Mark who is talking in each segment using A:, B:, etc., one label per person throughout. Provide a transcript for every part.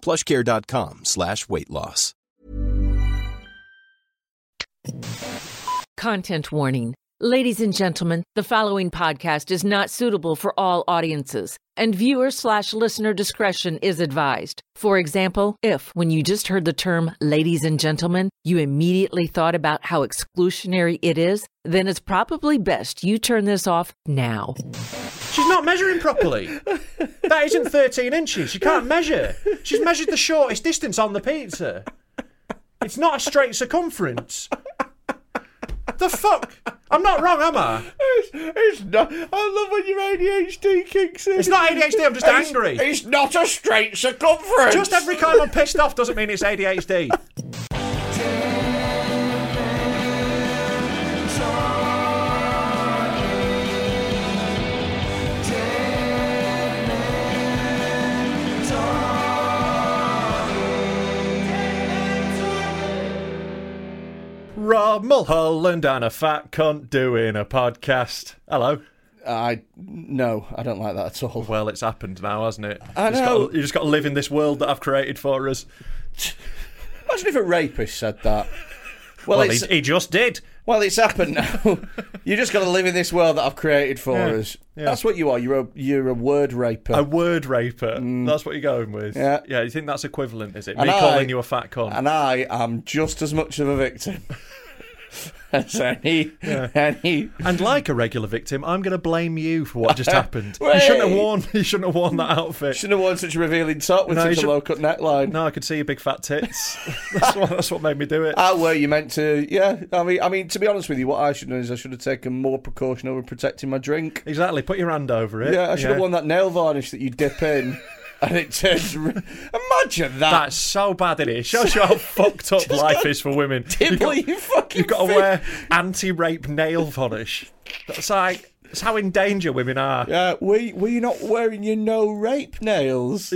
A: plushcare.com slash weight loss.
B: Content warning. Ladies and gentlemen, the following podcast is not suitable for all audiences, and viewer slash listener discretion is advised. For example, if when you just heard the term ladies and gentlemen, you immediately thought about how exclusionary it is, then it's probably best you turn this off now.
C: She's not measuring properly. That isn't 13 inches. She can't measure. She's measured the shortest distance on the pizza. It's not a straight circumference. The fuck? I'm not wrong, am I?
D: It's, it's not. I love when your ADHD kicks in.
C: It's not ADHD, I'm just
D: It's-
C: angry.
D: It's, not a straight circumference.
C: Just every time I'm pissed off doesn't mean it's ADHD. Rob Mulholland and a fat cunt doing a podcast. Hello.
D: I no, I don't like that at all.
C: Well, it's happened now, hasn't it?
D: I
C: you just gotta-
D: know.
C: you just got to live in this world that I've created for us.
D: Imagine if a rapist said that. Well,
C: Well,
D: it's
C: he, he just did.
D: well, it's happened now. you just got to live in this world that I've created for
C: Yeah.
D: us.
C: Yeah.
D: That's what you are. You're a you're a word raper.
C: A word raper. That's what you're going with.
D: Mm. Yeah.
C: Yeah. You think that's equivalent? Is it
D: And
C: me
D: I-
C: calling you a fat cunt?
D: and I am just as much of a victim as any any.
C: And like a regular victim, I'm going to blame you for what just happened.
D: Wait.
C: You shouldn't have worn. You shouldn't have worn that outfit.
D: Shouldn't have worn such a revealing top with
C: No, you
D: such a
C: should-
D: low cut neckline.
C: No, I could see your big fat tits. that's, what, that's what made me do it.
D: Ah, were you meant to? Yeah, I mean, I mean, to be honest with you, what I should have done is I should have taken more precaution over protecting my drink.
C: exactly. Put your hand over it.
D: Yeah, I should have worn that nail varnish that you dip in, and it turns. Re- Imagine that.
C: That's so bad, isn't it? It shows you how fucked up life is for women.
D: Dip
C: got-
D: what you fucking.
C: You've got to
D: fi-
C: wear anti-rape nail varnish. That's like that's how in danger women are. Yeah.
D: Yeah, were, you- were you not wearing your no rape nails?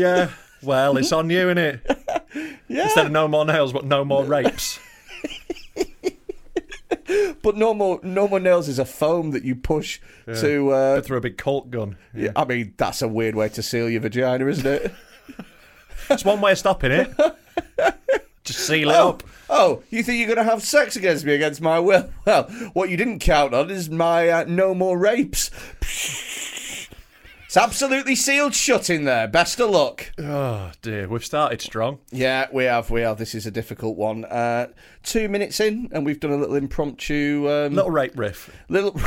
C: Well, it's on you, innit?
D: Yeah,
C: Instead of no more nails, but no more rapes.
D: but no more, no more nails is a foam that you push to. Uh,
C: But through a big Colt gun.
D: yeah, I mean, that's a weird way to seal your vagina, isn't it?
C: That's one way of stopping it. Just seal it up.
D: Oh, you think you're going to have sex against me against my will? Well, what you didn't count on is my uh, no more rapes. It's absolutely sealed shut in there. Best of luck.
C: Oh dear, we've started strong.
D: Yeah, we have, we have. This is a difficult one. Uh, two minutes in, and we've done a little impromptu. Um,
C: Little rape riff.
D: little.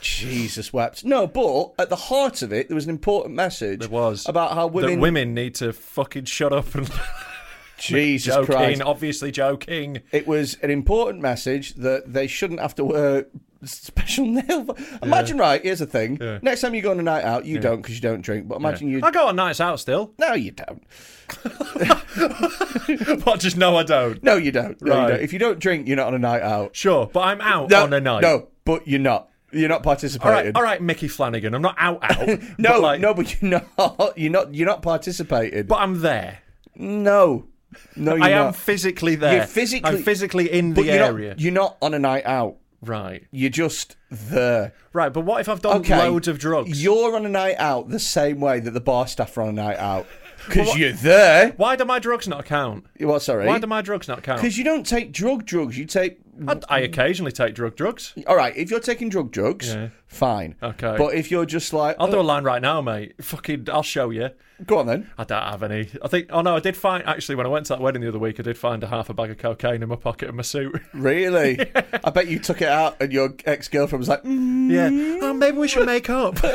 D: Jesus wept. No, but at the heart of it, there was an important message.
C: There was
D: about how women.
C: that women need to fucking shut up and
D: Jesus
C: joking.
D: Christ.
C: Obviously joking.
D: It was an important message that they shouldn't have to wear special nail. var- Imagine, right? Here's the thing.
C: Yeah.
D: Next time you go on a night out, you don't because you don't drink. But imagine you.
C: I go on nights out still,
D: No, you don't.
C: but just no, I don't.
D: No, you don't. No,
C: Right.
D: you don't. If you don't drink, you're not on a night out.
C: Sure, but I'm out
D: No,
C: on a night.
D: No, but you're not. You're not
C: All right,
D: participating.
C: all right, Mickey Flanagan. I'm not out out.
D: No,
C: but like,
D: no, but you're not. You're not. You're not participating.
C: But I'm there.
D: no, No, you're
C: I am
D: not.
C: physically there.
D: You're physically-
C: I'm physically in
D: but
C: the
D: you're
C: area.
D: Not, you're not on a night out.
C: Right.
D: You're just there.
C: Right, but what if I've done
D: okay.
C: loads of drugs?
D: You're on a night out the same way that the bar staff are on a night out. Because
C: Well, wh-
D: you're there.
C: Why do my drugs not count?
D: Well, sorry.
C: Why do my drugs not count?
D: Because you don't take drug drugs. You take.
C: I, I occasionally take drug drugs.
D: All right, if you're taking drug drugs,
C: Yeah.
D: fine.
C: Okay.
D: But if you're just like. "Oh,
C: I'll do a line right now, mate. Fucking, I'll show you.
D: Go on then.
C: I don't have any. I think. Oh no, I did find actually when I went to that wedding the other week, I did find a half a bag of cocaine in my pocket of my suit.
D: Really? I bet you took it out and your ex girlfriend was like, mm.
C: yeah. Oh, maybe we should make up.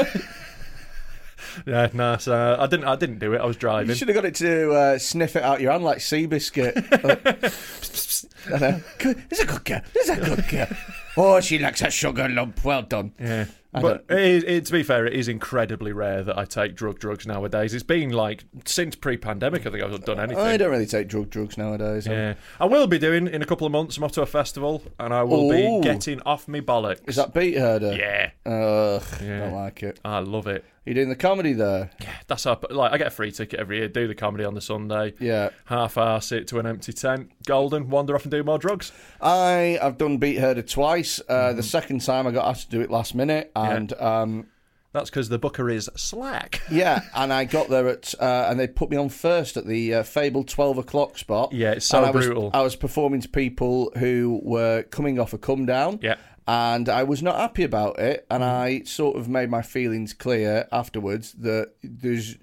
C: yeah. No. So I didn't. I didn't do it. I was
D: you
C: driving.
D: should have got it to uh, sniff it out your hand like Seabiscuit. Like, I know. Good. This is a good girl. This is a good girl. Oh, she likes her sugar lump. Well done.
C: Yeah.
D: I
C: But it, is- it, to be fair, it is incredibly rare that I take drug drugs nowadays. It's been like since pre-pandemic. I think I've done anything.
D: I don't really take drug drugs nowadays.
C: Yeah, I will be doing in a couple of months. I'm off to a festival, and I will
D: Ooh.
C: be getting off me bollocks.
D: Is that beat herder?
C: Yeah,
D: Ugh,
C: Yeah.
D: don't like it.
C: I love it.
D: You doing the comedy there?
C: That's how. Like, I get a free ticket every year. Do the comedy on the Sunday.
D: Yeah.
C: half-arse it to an empty tent. Golden. Wander off and do more drugs.
D: I have done beat herder twice. Uh,
C: Mm-hmm.
D: The second time I got asked to do it last minute, and um,
C: That's because the booker is slack.
D: yeah, and I got there at uh, and they put me on first at the uh, fabled twelve o'clock spot.
C: Yeah, it's so
D: And I was-
C: brutal.
D: I was performing to people who were coming off a come down.
C: Yeah. Mm-hmm.
D: And I was not happy about it, and I sort of made my feelings clear afterwards that there's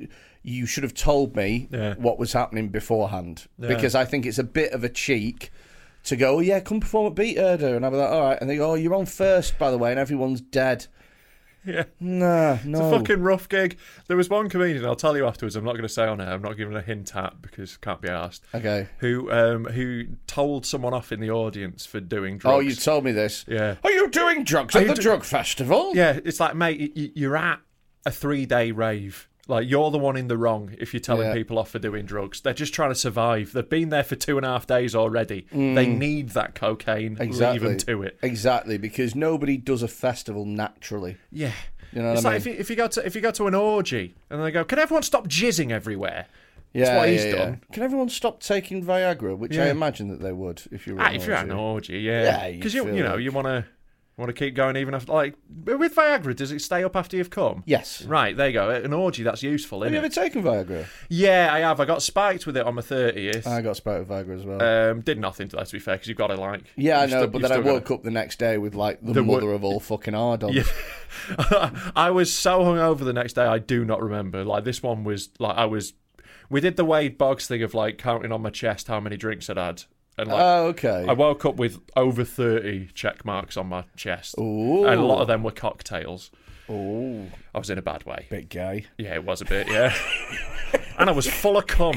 D: you should have told me
C: Yeah.
D: what was happening beforehand because I think it's a bit of a cheek to go, oh yeah, come perform at Beat Herder, and I'll be like, all right, and they go, oh, you're on first by the way, and everyone's dead.
C: Yeah.
D: Nah, no,
C: It's a fucking rough gig. There was one comedian. I'll tell you afterwards. I'm not going to say on air. I'm not giving a hint at because can't be asked.
D: Okay.
C: Who um who told someone off in the audience for doing drugs?
D: Oh, you told me this.
C: Yeah.
D: Are you doing drugs
C: Are
D: at
C: you
D: the
C: do-
D: drug festival?
C: Yeah, it's like, mate, y- y- you're at a three day rave. Like, you're the one in the wrong if you're telling
D: Yeah.
C: people off for doing drugs. They're just trying to survive. They've been there for two and a half days already. They need that cocaine.
D: Mm. Exactly.
C: Leave them to it.
D: Exactly, because nobody does a festival naturally.
C: Yeah.
D: You know what
C: it's
D: I
C: like
D: mean?
C: if, you, if you go to if you go to an orgy and they go, can everyone stop jizzing everywhere?
D: Yeah,
C: That's what he's
D: yeah, yeah.
C: done.
D: Can everyone stop taking Viagra? Which I
C: Yeah.
D: imagine that they would if you were.
C: Ah,
D: an
C: if you're at an
D: orgy.
C: orgy,
D: Yeah,
C: yeah,
D: you
C: because you
D: feel
C: you know
D: like-
C: you want to want to keep going even after like with Viagra. Does it stay up after you've come?
D: Yes.
C: Right there you go. At An orgy that's useful.
D: Have
C: Isn't
D: you
C: it?
D: ever taken Viagra? Ah,
C: Yeah, I have. I got spiked with it on my thirtieth.
D: I got spiked with Viagra as well.
C: Um, did nothing to that, to be fair, because you've got to like.
D: yeah, I
C: you've
D: know,
C: still-
D: but
C: you've
D: then I
C: still
D: woke
C: gotta-
D: up the next day with like the,
C: The wo-
D: mother of all fucking hard on.
C: I was so hungover the next day, I do not remember. Like this one was like I was. We did the Wade Boggs thing of like counting on my chest how many drinks I'd had, and like
D: Oh, okay.
C: I woke up with over thirty check marks on my chest, and a lot of them were cocktails.
D: oh,
C: I was in a bad way.
D: bit gay.
C: Yeah, it was a bit. Yeah, and I was full of cum.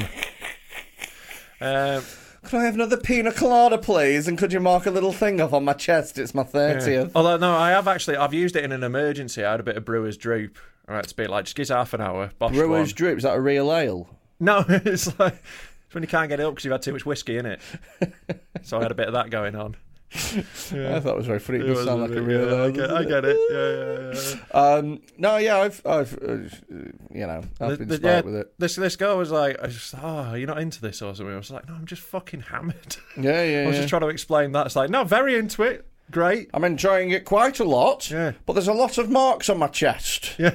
C: Um,
D: Could I have another pina colada, please? And could you mark a little thing off on my chest? It's my
C: Yeah. Oh,
D: thirtieth.
C: Although no, I have actually I've used it in an emergency. I had a bit of brewer's droop. I had to be like, just give us half an hour. Bosh
D: Brewer's
C: one.
D: drip. Is that a real ale?
C: No, it's like it's when you can't get it up because you've had too much whiskey in it. so I had a bit of that going on.
D: I thought it was very funny. It
C: It
D: does
C: was a
D: sound like a
C: bit-
D: real
C: yeah, I
D: ale.
C: get, I
D: doesn't
C: get it. Yeah, yeah, yeah.
D: it? Um, no, yeah, I've, I've, uh, you know, I've
C: The-
D: been
C: the-
D: spiked
C: yeah,
D: with it.
C: This this girl was like, I was just, oh, you're not into this or something. I was like, no, I'm just fucking hammered.
D: Yeah, yeah.
C: I was
D: yeah.
C: just trying to explain that. It's like, no, very into it. Great.
D: I'm enjoying it quite a lot.
C: Yeah.
D: But there's a lot of marks on my chest.
C: Yeah,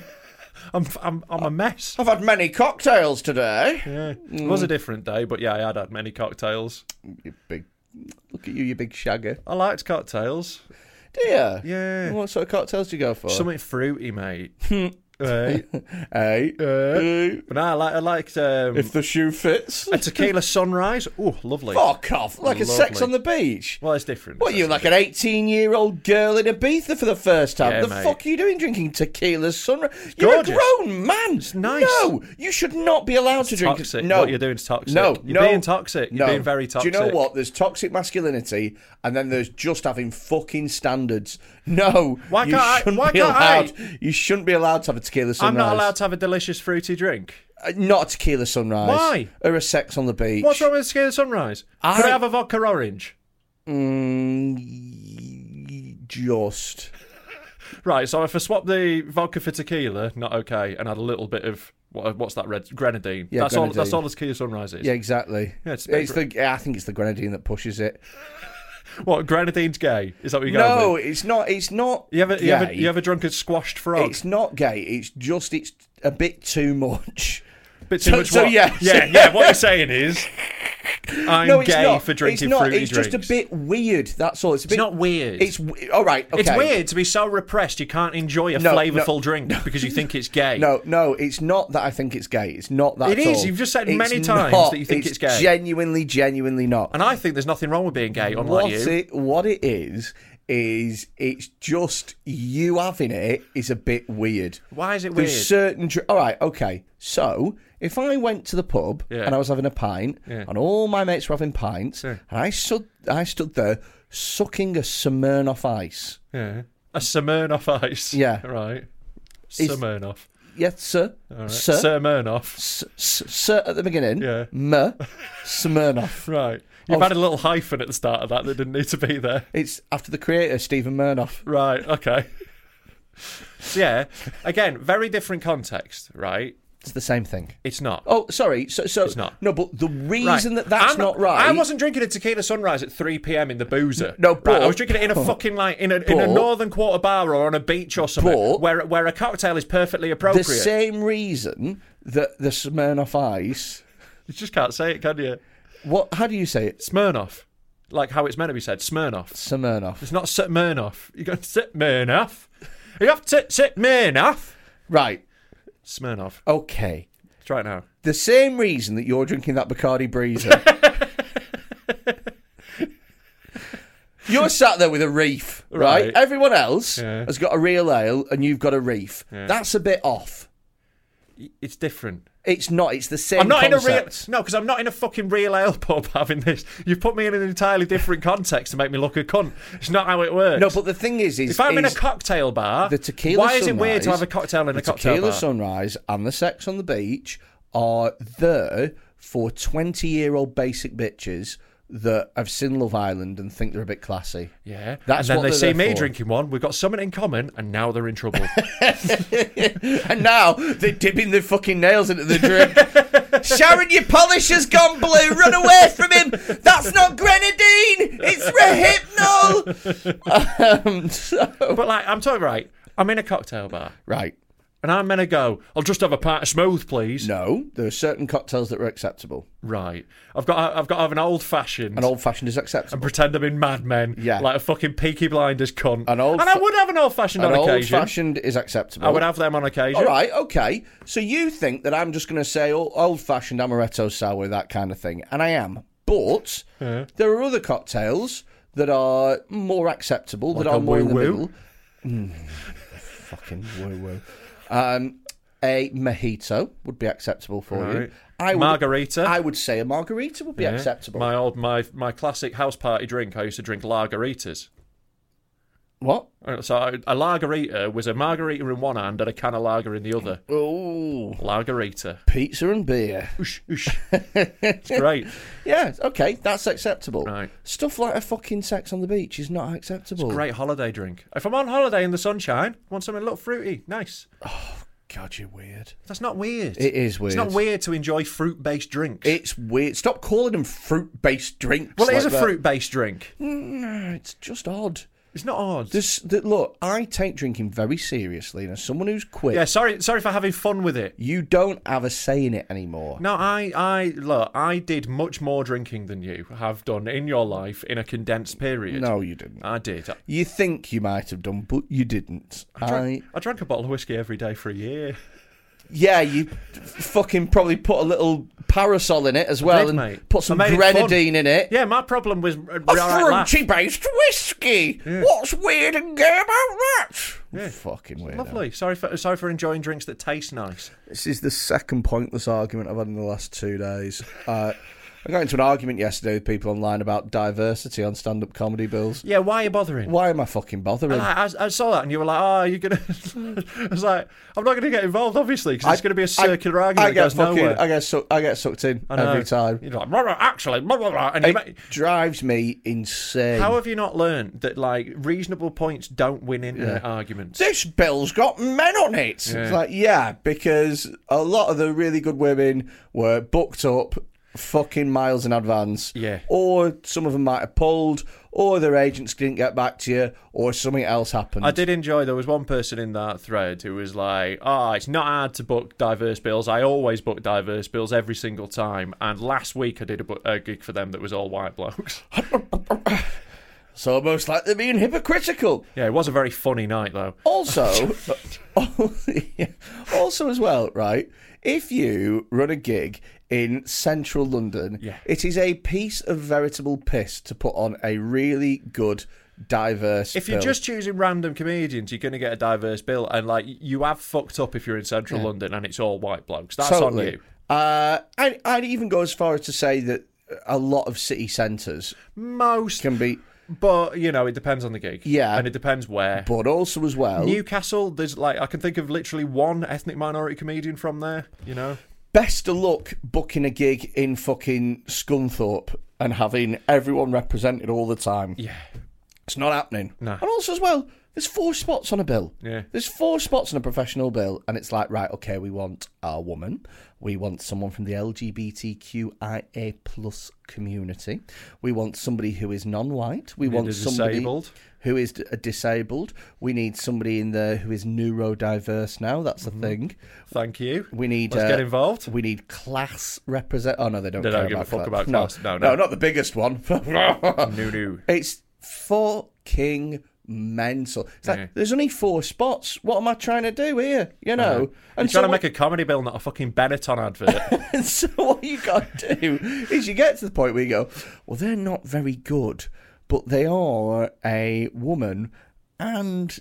C: I'm I'm I'm a mess.
D: I've had many cocktails today.
C: Yeah. It was a
D: Mm.
C: different day, but yeah, I had had many cocktails.
D: You big, look at you, you big shagger.
C: I liked cocktails.
D: Do you?
C: Yeah.
D: What sort of cocktails do you go for?
C: Something fruity, mate. Right.
D: Hey, hey.
C: But no, I like I liked um,
D: if the shoe fits.
C: Uh, a tequila sunrise. Oh, lovely.
D: Fuck off! Like a sex
C: Lovely.
D: on the beach.
C: Well, it's different.
D: What are you like an eighteen-year-old girl in Ibiza for the first time?
C: Yeah,
D: the
C: mate.
D: fuck are you doing drinking tequila sunrise? You're a
C: gorgeous.
D: grown man. It's
C: nice.
D: No, you should not be allowed to drink.
C: toxic.
D: No,
C: What you're doing is toxic.
D: No,
C: You're
D: no,
C: being toxic. You're
D: no.
C: being very toxic.
D: Do you know what? There's toxic masculinity, and then there's just having fucking standards. No,
C: Why
D: you
C: can't I-
D: shouldn't
C: why
D: be
C: can't I?
D: allowed. You shouldn't be allowed to have a tequila sunrise.
C: I'm not allowed to have a delicious fruity drink.
D: Uh, not a tequila sunrise.
C: Why?
D: Or a sex on the beach.
C: What's wrong with a tequila sunrise? Could
D: I-
C: I have a vodka orange?
D: Mm, just.
C: Right. So if I swap the vodka for tequila, not okay, and add a little bit of What, what's that red grenadine?
D: Yeah,
C: that's all. That's
D: grenadine.
C: all as Kia Sunrise is.
D: Yeah, exactly.
C: Yeah, it's
D: it's,
C: a bit
D: the. yeah, I think it's the grenadine that pushes it.
C: What grenadine's gay? Is that what you're going
D: No,
C: with?
D: it's not. It's not.
C: You ever you
D: gay.
C: ever you ever drunk a squashed frog?
D: It's not gay. It's just it's a bit too much.
C: Bit too
D: so-
C: much.
D: so
C: what?
D: yes.
C: Yeah, yeah. What you're saying is, I'm
D: no, it's
C: gay
D: not.
C: for drinking
D: it's not.
C: fruity
D: it's
C: drinks.
D: just a bit weird. That's all. It's a bit.
C: not weird.
D: It's w- all right. Okay.
C: It's weird to be so repressed you can't enjoy a
D: No, no,
C: flavourful drink because you think it's gay.
D: No, no, it's not that I think it's gay. It's not that.
C: It
D: at
C: is.
D: all.
C: You've just said
D: It's
C: many times
D: not.
C: that you think it's gay.
D: Genuinely, genuinely not.
C: And I think there's nothing wrong with being gay, unlike
D: what
C: you.
D: it what it is is it's just you having it is a bit weird.
C: Why is it weird?
D: There's certain. Dr- all right, okay. So if I went to the pub
C: Yeah.
D: and I was having a pint,
C: Yeah.
D: and all my mates were having pints,
C: Yeah.
D: and I stood I stood there sucking a Smirnoff Ice.
C: Yeah. A Smirnoff ice.
D: Yeah.
C: Right.
D: Is-
C: Smirnoff.
D: Yes, sir.
C: All right.
D: Sir.
C: Smirnoff.
D: S- s- sir at the beginning.
C: Yeah.
D: M. Smirnoff.
C: Right. You've
D: Oh.
C: had a little hyphen at the start of that that didn't need to be there.
D: It's after the creator Stephen Murnoff.
C: Right. Okay. yeah. Again, very different context, right?
D: It's the same thing.
C: It's not.
D: Oh, sorry. So, so
C: It's not.
D: No, but the reason that that's
C: I'm-
D: not right.
C: I wasn't drinking a tequila sunrise at 3 p.m. in the boozer.
D: No,
C: right,
D: but-
C: I was drinking it in a fucking like in a in a
D: but-
C: northern quarter bar or on a beach or something
D: But-
C: where where a cocktail is perfectly
D: the
C: appropriate.
D: same reason that the Smirnoff Ice.
C: You just can't say it, can you?
D: What? How do you say it?
C: Smirnoff, like how it's meant to be said. Smirnoff.
D: Smirnoff.
C: It's not Smirnoff. You got Smirnoff. You have to Smirnoff.
D: Right.
C: Smirnoff.
D: Okay.
C: Try it now.
D: The same reason that you're drinking that Bacardi Breezer. you're sat there with a reef, right?
C: Right.
D: Everyone else
C: Yeah.
D: has got a real ale, and you've got a reef.
C: Yeah.
D: That's a bit off.
C: It's different.
D: It's not. It's the same.
C: I'm not in a real
D: concept.
C: no, because I'm not in a fucking real ale pub having this. You've put me in an entirely different context to make me look a cunt. It's not how it works.
D: No, but the thing is, is
C: if I'm in a
D: is-
C: cocktail bar,
D: the tequila
C: why is it weird to
D: sunrise-
C: have a cocktail in
D: the
C: a cocktail
D: tequila
C: bar?
D: sunrise and the sex on the beach are there for 20 year old basic bitches that have seen love island and think they're a bit classy
C: yeah,
D: That's
C: and then
D: what
C: they
D: they're
C: see
D: there
C: me
D: for.
C: drinking one. We've got something in common, and now they're in trouble.
D: and now they're dipping their fucking nails into the drink sharon your polish has gone blue run away from him that's not grenadine it's rehypnol um, so-
C: but like, I'm talking right. I'm in a cocktail bar,
D: right
C: and I'm gonna go. I'll just have a pint of smooth, please.
D: no there are certain cocktails that are acceptable
C: Right. I've got. I've got to have an old fashioned.
D: an old fashioned is acceptable
C: and pretend I'm in Mad Men,
D: Yeah.
C: like a fucking Peaky Blinders cunt.
D: An old
C: and I
D: fa-
C: would have an old fashioned on
D: an old
C: occasion.
D: fashioned is acceptable
C: I would have them on occasion.
D: All right, okay. So you think that I'm just going to say oh, old-fashioned amaretto sour, that kind of thing, and I am. But there are other cocktails that are more acceptable, that
C: Like
D: are
C: a
D: more in the
C: woo-woo?
D: middle. Mm, fucking woo-woo. Um, a mojito would be acceptable for
C: Right.
D: you. I would,
C: Margarita?
D: I would say a margarita would be
C: Yeah.
D: acceptable.
C: My old my my classic house party drink. I used to drink lageritas.
D: what?
C: Uh, So I- a lagerita was a margarita in one hand and a can of lager in the other.
D: Oh,
C: Lagerita.
D: pizza and beer.
C: Oosh, oosh. it's great.
D: Yeah, okay, that's acceptable.
C: Right.
D: Stuff like a fucking sex on the beach is not acceptable.
C: Great holiday drink. If I'm on holiday in the sunshine, I want something a little fruity. Nice.
D: God, you're weird.
C: That's not weird.
D: It is
C: It's
D: weird.
C: not weird to enjoy fruit based drinks.
D: It's weird. Stop calling them fruit-based drinks.
C: well, it is
D: like
C: a
D: that.
C: fruit based drink.
D: Mm, it's just odd.
C: It's not odd.
D: This, that look, I take drinking very seriously, and as someone who's quit,
C: Yeah, sorry, sorry for having fun with it.
D: you don't have a say in it anymore.
C: No, I, I look. I did much more drinking than you have done in your life in a condensed period.
D: No, you didn't.
C: I did. I,
D: You think you might have done, but you didn't. I,
C: drank, I drank a bottle of whiskey every day for a year.
D: yeah, you fucking probably put a little parasol in it as well,
C: did,
D: and
C: mate.
D: put
C: I
D: some
C: made it
D: grenadine
C: fun.
D: in it.
C: Yeah, my problem was
D: A
C: right
D: fruity-based whiskey. What's weird and gay about that? Fucking weird.
C: Lovely. Sorry for sorry for enjoying drinks that taste nice.
D: This is the second pointless argument I've had in the last two days. Uh, I got into an argument yesterday with people online about diversity on stand-up comedy bills.
C: Yeah, Ah, why are you bothering?
D: Why am I fucking bothering?
C: And I, I, I saw that, and you were like, "Oh, you're gonna." I was like, "I'm not gonna get involved, obviously, because it's gonna be a circular argument
D: I
C: that
D: get
C: goes
D: fucking,
C: nowhere."
D: I get suck, I get sucked in
C: I know.
D: every time.
C: You're like, "Rah, rah, actually, rah, rah, rah," and you
D: It
C: ma-
D: drives me insane.
C: how have you not learned that like reasonable points don't win internet arguments?
D: this bill's got men on it. It's like, yeah, because a lot of the really good women were booked up fucking miles in advance.
C: Yeah.
D: Or some of them might have pulled, or their agents didn't get back to you, or something else happened.
C: I did enjoy there was one person in that thread who was like, "Ah, it's not hard to book diverse bills. I always book diverse bills every single time. And last week I did a, bu- a gig for them that was all white blokes.
D: It's almost like they're being hypocritical.
C: yeah, it was a very funny night though.
D: Also, also as well, right? If you run a gig in central London,
C: Yeah.
D: it is a piece of veritable piss to put on a really good, diverse.
C: If you're
D: bill.
C: just choosing random comedians, you're going to get a diverse bill, and like you have fucked up if you're in central London and it's all white blokes. That's on you.
D: Uh, I, I'd even go as far as to say that a lot of city centres
C: Most,
D: can be,
C: but you know, it depends on the gig.
D: Yeah.
C: and it depends where.
D: but also as well,
C: Newcastle, there's like I can think of literally one ethnic minority comedian from there. You know,
D: best of luck booking a gig in fucking Scunthorpe and having everyone represented all the time.
C: yeah,
D: It's not happening.
C: No.
D: And also as well, there's four spots on a bill.
C: Yeah.
D: There's four spots on a professional bill, and it's like, right, okay, we want a woman, we want someone from the LGBTQIA plus community, we want somebody who is non-white, we want
C: a
D: somebody
C: disabled.
D: who is d- disabled, we need somebody in there who is neurodiverse. Now that's
C: Mm-hmm.
D: the thing.
C: thank you.
D: We need
C: Let's
D: uh,
C: get involved.
D: We need class represent. Oh no, they don't.
C: They
D: care
C: don't give a
D: about
C: fuck about
D: class.
C: class. No,
D: no,
C: no.
D: not the biggest one.
C: No, no.
D: It's fucking mental. It's like
C: Yeah. Uh-huh.
D: there's only four spots. What am I trying to do here? You know.
C: You're trying
D: And so,
C: to make
D: what,
C: a comedy bill, not a fucking Benetton advert.
D: and so what you got to do is you get to the point where you go, well, they're not very good, but they are a woman and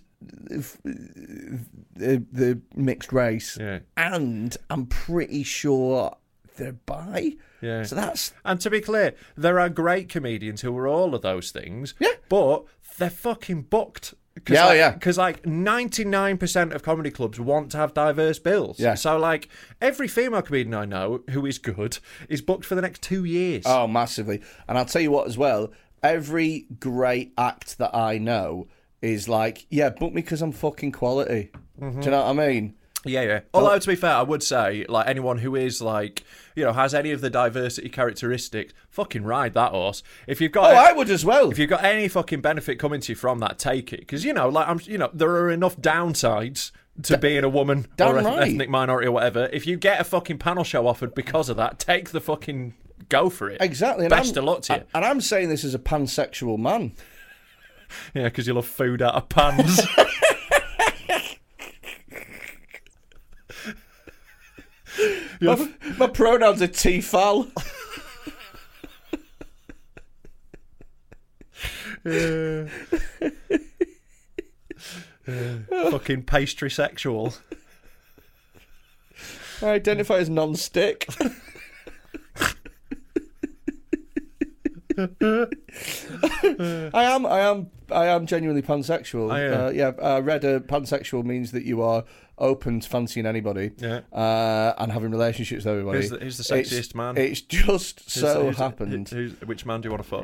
D: if- the the mixed race,
C: Yeah.
D: and I'm pretty sure they're bi.
C: Yeah.
D: So that's
C: and to be clear, there are great comedians who are all of those things.
D: Yeah.
C: but they're fucking booked. Cause
D: Yeah, oh,
C: like,
D: yeah.
C: Because like ninety nine percent of comedy clubs want to have diverse bills.
D: Yeah.
C: So like every female comedian I know who is good is booked for the next two years.
D: Oh, massively. And I'll tell you what, as well, every great act that I know is like, yeah, book me because I'm fucking quality. Do
C: Mm-hmm.
D: you know what I mean?
C: Yeah, yeah.
D: Oh.
C: Although to be fair, I would say like anyone who is like you know has any of the diversity characteristics, fucking ride that horse. If you've
D: Oh,
C: got
D: I would as well.
C: if you've got any fucking benefit coming to you from that, take it because you know like I'm you know there are enough downsides to being a woman
D: damn
C: or eth-
D: right.
C: ethnic minority or whatever. If you get a fucking panel show offered because of that, take the fucking go for it.
D: exactly. And
C: Best
D: I'm,
C: of luck to you.
D: And I'm saying this as a pansexual man.
C: Yeah, because you love food out of pans. you love
D: My pronouns are T-fal.
C: fucking pastry sexual.
D: I identify as non-stick. I am, I am, I am genuinely pansexual.
C: Oh, yeah.
D: Uh, yeah, I read uh, pansexual means that you are open to fancying anybody
C: Yeah.
D: uh, and having relationships with everybody.
C: Who's the- who's the
D: it's,
C: sexiest man?
D: It's just so
C: Who's- who's-
D: happened. Oh.
C: who's- which man do you want to fuck?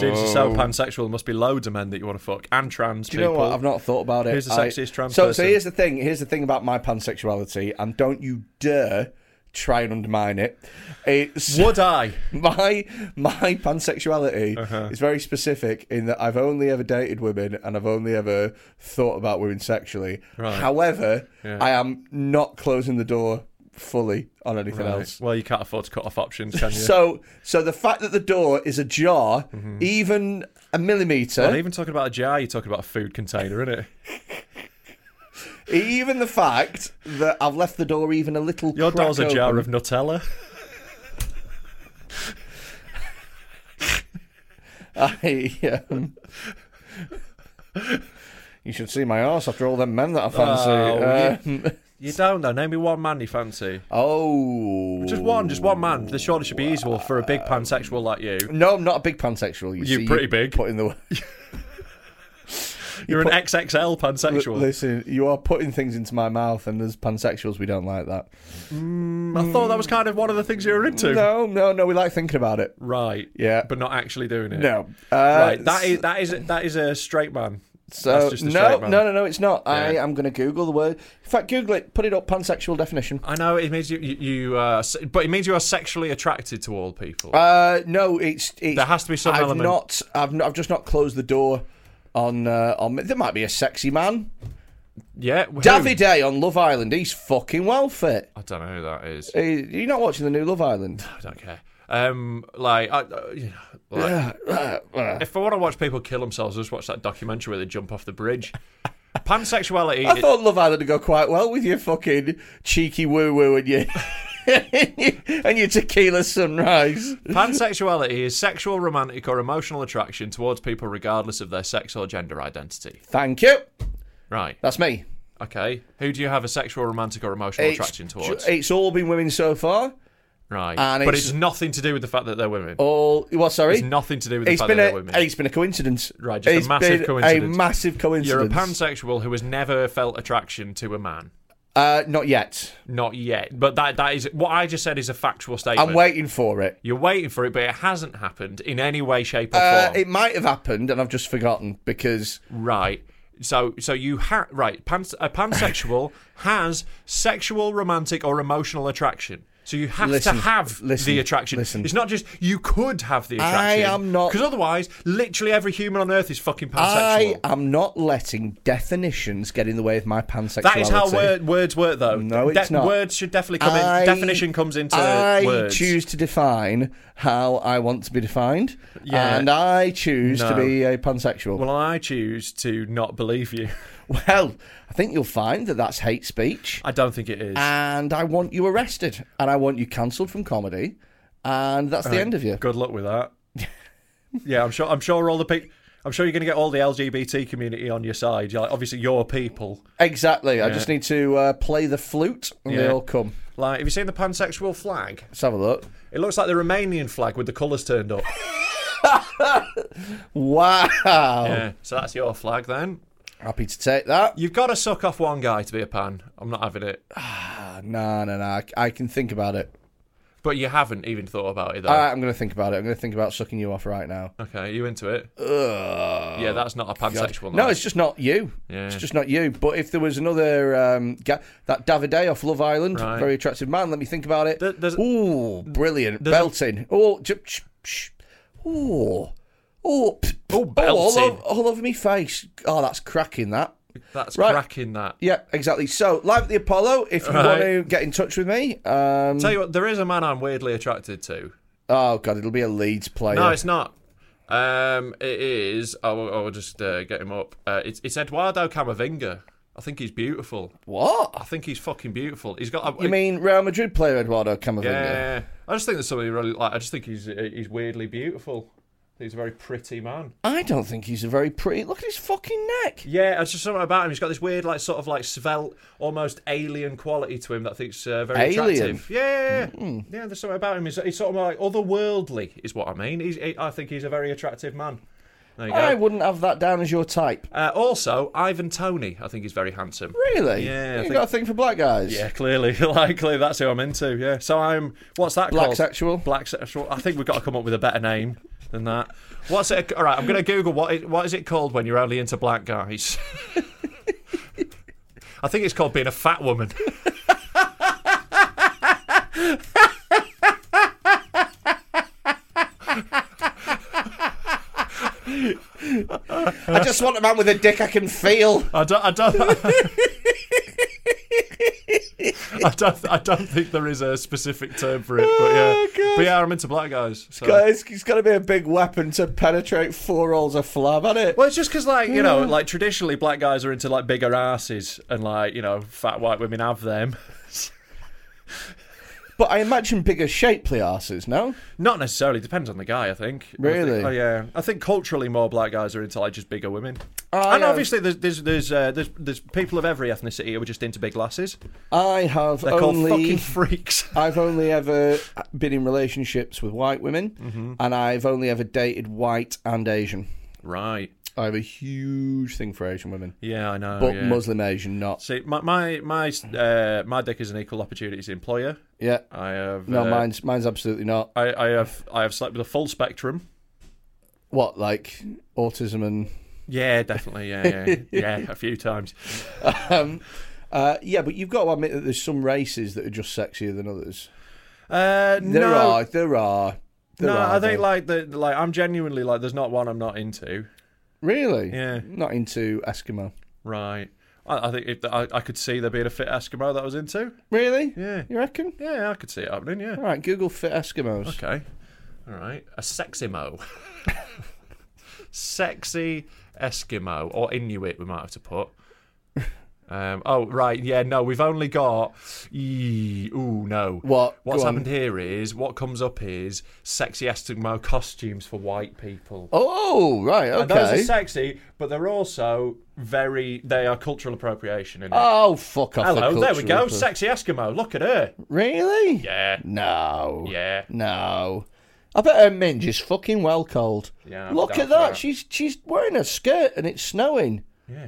C: Since you're so pansexual, there must be loads of men that you want to fuck and trans
D: Do you
C: people.
D: know what? I've not thought about it.
C: Who's the
D: I-
C: sexiest trans
D: so,
C: person?
D: So here's the thing. Here's the thing about my pansexuality, and don't you dare try and undermine it. It's
C: Would I?
D: my my pansexuality
C: Uh-huh.
D: is very specific in that I've only ever dated women and I've only ever thought about women sexually.
C: Right.
D: However,
C: Yeah.
D: I am not closing the door fully on anything
C: Right.
D: else.
C: Well, you can't afford to cut off options, can you?
D: So so the fact that the door is ajar even a millimeter,
C: Not Mm-hmm. even talking about a jar, you're talking about a food container, isn't it?
D: even the fact that I've left the door even a little
C: Your
D: crack
C: door's a jar
D: open-
C: of Nutella.
D: I, um, you should see my arse after all them men that I fancy.
C: Oh,
D: Uh,
C: You're down there. Name me one man you fancy.
D: Oh.
C: Just one, just one man. There surely should be easy for a big pansexual like you.
D: No, I'm not a big pansexual. You
C: You're
D: see,
C: pretty
D: you
C: big.
D: Put in the.
C: You're an
D: put-
C: XXL pansexual.
D: Listen, you are putting things into my mouth, and as pansexuals, we don't like that.
C: I thought that was kind of one of the things you were into.
D: No, no, no. We like thinking about it.
C: Right.
D: Yeah.
C: But not actually doing it.
D: No. Uh,
C: Right. That is that is that is a straight man.
D: So
C: That's just a
D: no,
C: straight man.
D: no, no, no. It's not. I
C: Yeah.
D: am going to Google the word. In fact, Google it. Put it up. Pansexual definition.
C: I know it means you, you, you uh, se- but it means you are sexually attracted to all people.
D: Uh, no, it's, it's
C: There has to be some
D: I've
C: element.
D: Not, I've not. I've just not closed the door on. Uh, on there might be a sexy man.
C: yeah. who?
D: Davide on Love Island. He's fucking well fit.
C: I don't know who that is.
D: He- You're not watching the new Love Island.
C: I don't care. Um, like, I, uh, you know, like, if I want to watch people kill themselves, just watch that documentary where they jump off the bridge. Pansexuality.
D: I
C: it-
D: thought Love Island would go quite well with your fucking cheeky woo woo and your and your tequila sunrise.
C: pansexuality is sexual, romantic, or emotional attraction towards people regardless of their sex or gender identity.
D: Thank you.
C: Right.
D: That's me.
C: Okay. Who do you have a sexual, romantic, or emotional attraction towards?
D: it's all been women so far.
C: right.
D: and
C: but
D: it's-
C: it's, nothing to do with the fact that they're women.
D: All well, sorry.
C: it's nothing to do with the
D: It's
C: fact
D: been
C: that
D: a
C: they're women.
D: it's been a coincidence.
C: Right, just a
D: It's
C: massive
D: been
C: coincidence.
D: A massive coincidence.
C: You're a pansexual who has never felt attraction to a man.
D: Uh, not yet.
C: Not yet. But that that is what I just said is a factual statement.
D: I'm waiting for it.
C: You're waiting for it, but it hasn't happened in any way, shape, or
D: Uh,
C: form.
D: it might have happened, and I've just forgotten because
C: Right. So, so you ha- right pans- a pansexual has sexual, romantic, or emotional attraction. So you have
D: Listen,
C: to have
D: listen,
C: the attraction.
D: listen.
C: It's not just you could have the
D: I
C: attraction.
D: am not-
C: because otherwise, literally every human on earth is fucking
D: I
C: pansexual.
D: am not letting definitions get in the way of my pansexuality.
C: that is how word, words work, though.
D: No, it's not.
C: Words should definitely come
D: I-
C: in. Definition comes into
D: I
C: words.
D: choose to define how I want to be defined,
C: Yeah.
D: and I choose to
C: No.
D: be a pansexual.
C: Well,
D: Well,
C: I choose to not believe you.
D: I think you'll find that that's hate speech,
C: I don't think it is.
D: and I want you arrested, and I want you cancelled from comedy, and that's the end of you.
C: Good luck with that. yeah, I'm sure. I'm sure all the people. I'm sure you're going to get all the LGBT community on your side. You're like, obviously, your people.
D: Exactly. I just need to uh, play the flute, and they
C: Yeah.
D: all come.
C: Like, have you seen the pansexual flag?
D: Let's have a look.
C: It looks like the Romanian flag with the colours turned up.
D: Wow. Oh.
C: yeah, so that's your flag then.
D: Happy to take that.
C: You've got to suck off one guy to be a pan. I'm not having it.
D: No, no, no. I, I can think about it.
C: But you haven't even thought about it though.
D: All right, I'm going to think about it. I'm going to think about sucking you off right now.
C: okay, are you into it?
D: Ugh.
C: yeah, that's not a pansexual.
D: uh, No,
C: though.
D: it's just not you.
C: Yeah.
D: It's just not you. But if there was another um, ga- that Davide off Love Island,
C: Right.
D: very attractive man. Let me think about it.
C: There- there's-
D: Ooh, brilliant
C: there's a-
D: belting. Oh, j- sh- sh- ooh, ooh, pff,
C: Oh,
D: all,
C: belting.
D: over, all over me face. Oh, that's cracking. That.
C: that's
D: right.
C: cracking. That.
D: Yeah, exactly. So, live at the Apollo. If you
C: Right.
D: want to get in touch with me, um,
C: Tell you what, there is a man I'm weirdly attracted to.
D: oh god, it'll be a Leeds player.
C: No, it's not. Um, it is. I will, I will just uh, get him up. Uh, it's, it's Eduardo Camavinga. I think he's beautiful. I
D: what?
C: think he's fucking beautiful. He's got. A,
D: You mean Real Madrid player Eduardo Camavinga?
C: Yeah. I just think there's something really like. I just think he's he's weirdly beautiful. He's a very pretty man.
D: I don't think he's a very pretty. Look at his fucking neck.
C: Yeah, it's just something about him. He's got this weird, like, sort of like svelte, almost alien quality to him that I think's uh, very
D: Alien? Hmm.
C: attractive. Yeah, yeah, yeah. yeah. There's something about him. He's, he's sort of like otherworldly, is what I mean. He's, he, I think he's a very attractive man. There you go.
D: I wouldn't have that down as your type.
C: Uh, also, Ivan Tony, I think he's very handsome.
D: Really?
C: Yeah, I
D: You
C: think-
D: got a thing for black guys?
C: Yeah, clearly, likely that's who I'm into. Yeah. So I'm. What's that
D: Black
C: called?
D: sexual?
C: Black sexual. I think we've got to come up with a better name than that. What's it? All right, I'm going to Google what is, what is it called when you're only into black guys. I think it's called being a fat woman.
D: I just want a man with a dick I can feel.
C: I don't. I don't. I don't. I don't think there is a specific term for it. But yeah.
D: Oh, God.
C: But yeah, I'm into black guys. So.
D: Guys, it's got to be a big weapon to penetrate four rolls of flab, hasn't it?
C: Well, it's just because, like, you know, like traditionally black guys are into like bigger asses, and like, you know, fat white women have them.
D: But I imagine bigger, shapely asses. No,
C: Not necessarily. Depends on the guy, I think. I think-
D: Really?
C: oh, yeah. I think culturally, more black guys are into like just bigger women.
D: I,
C: and
D: um,
C: obviously, there's there's there's, uh, there's there's people of every ethnicity who are just into big lasses.
D: I have
C: They're
D: only.
C: called fucking freaks.
D: I've only ever been in relationships with white women, and I've only ever dated white and Asian.
C: right.
D: I have a huge thing for Asian women,
C: Yeah, I know.
D: but
C: yeah.
D: Muslim Asian not.
C: See, my my my uh, my dick is an equal opportunities employer.
D: Yeah,
C: I have
D: no,
C: uh,
D: mine's mine's absolutely not.
C: I, I have I have slept with a full spectrum.
D: What like autism and
C: Yeah, definitely. Yeah, yeah, yeah. A few times.
D: um, uh, yeah, but you've got to admit that there's some races that are just sexier than others.
C: Uh,
D: There
C: no,
D: are, there are, there
C: no.
D: are.
C: I think
D: though.
C: like the like I'm genuinely like there's not one I'm not into.
D: really,
C: Yeah.
D: not into Eskimo.
C: Right. I, I think if I, I could see there being a fit Eskimo that I was into.
D: Really?
C: Yeah.
D: You reckon?
C: Yeah, I could see it happening. Yeah.
D: All right, Google fit Eskimos.
C: Okay. All right. A seximo. Sexy Eskimo or Inuit, we might have to put. Um, oh right, yeah, no, we've only got. Ee, ooh, no.
D: What?
C: What's
D: Go on.
C: happened here is what comes up is sexy Eskimo costumes for white people.
D: Oh, right,
C: And those
D: okay.
C: are sexy, but they're also very. They are cultural appropriation. In
D: oh, fuck off. the
C: Hello, there we go.
D: cultural approach.
C: Sexy Eskimo. Look at her.
D: Really?
C: Yeah.
D: No.
C: Yeah.
D: No. I bet her minge is fucking well cold.
C: Yeah, I'm
D: Look
C: down
D: at
C: for
D: that.
C: that.
D: She's she's wearing a skirt and it's snowing.
C: Yeah.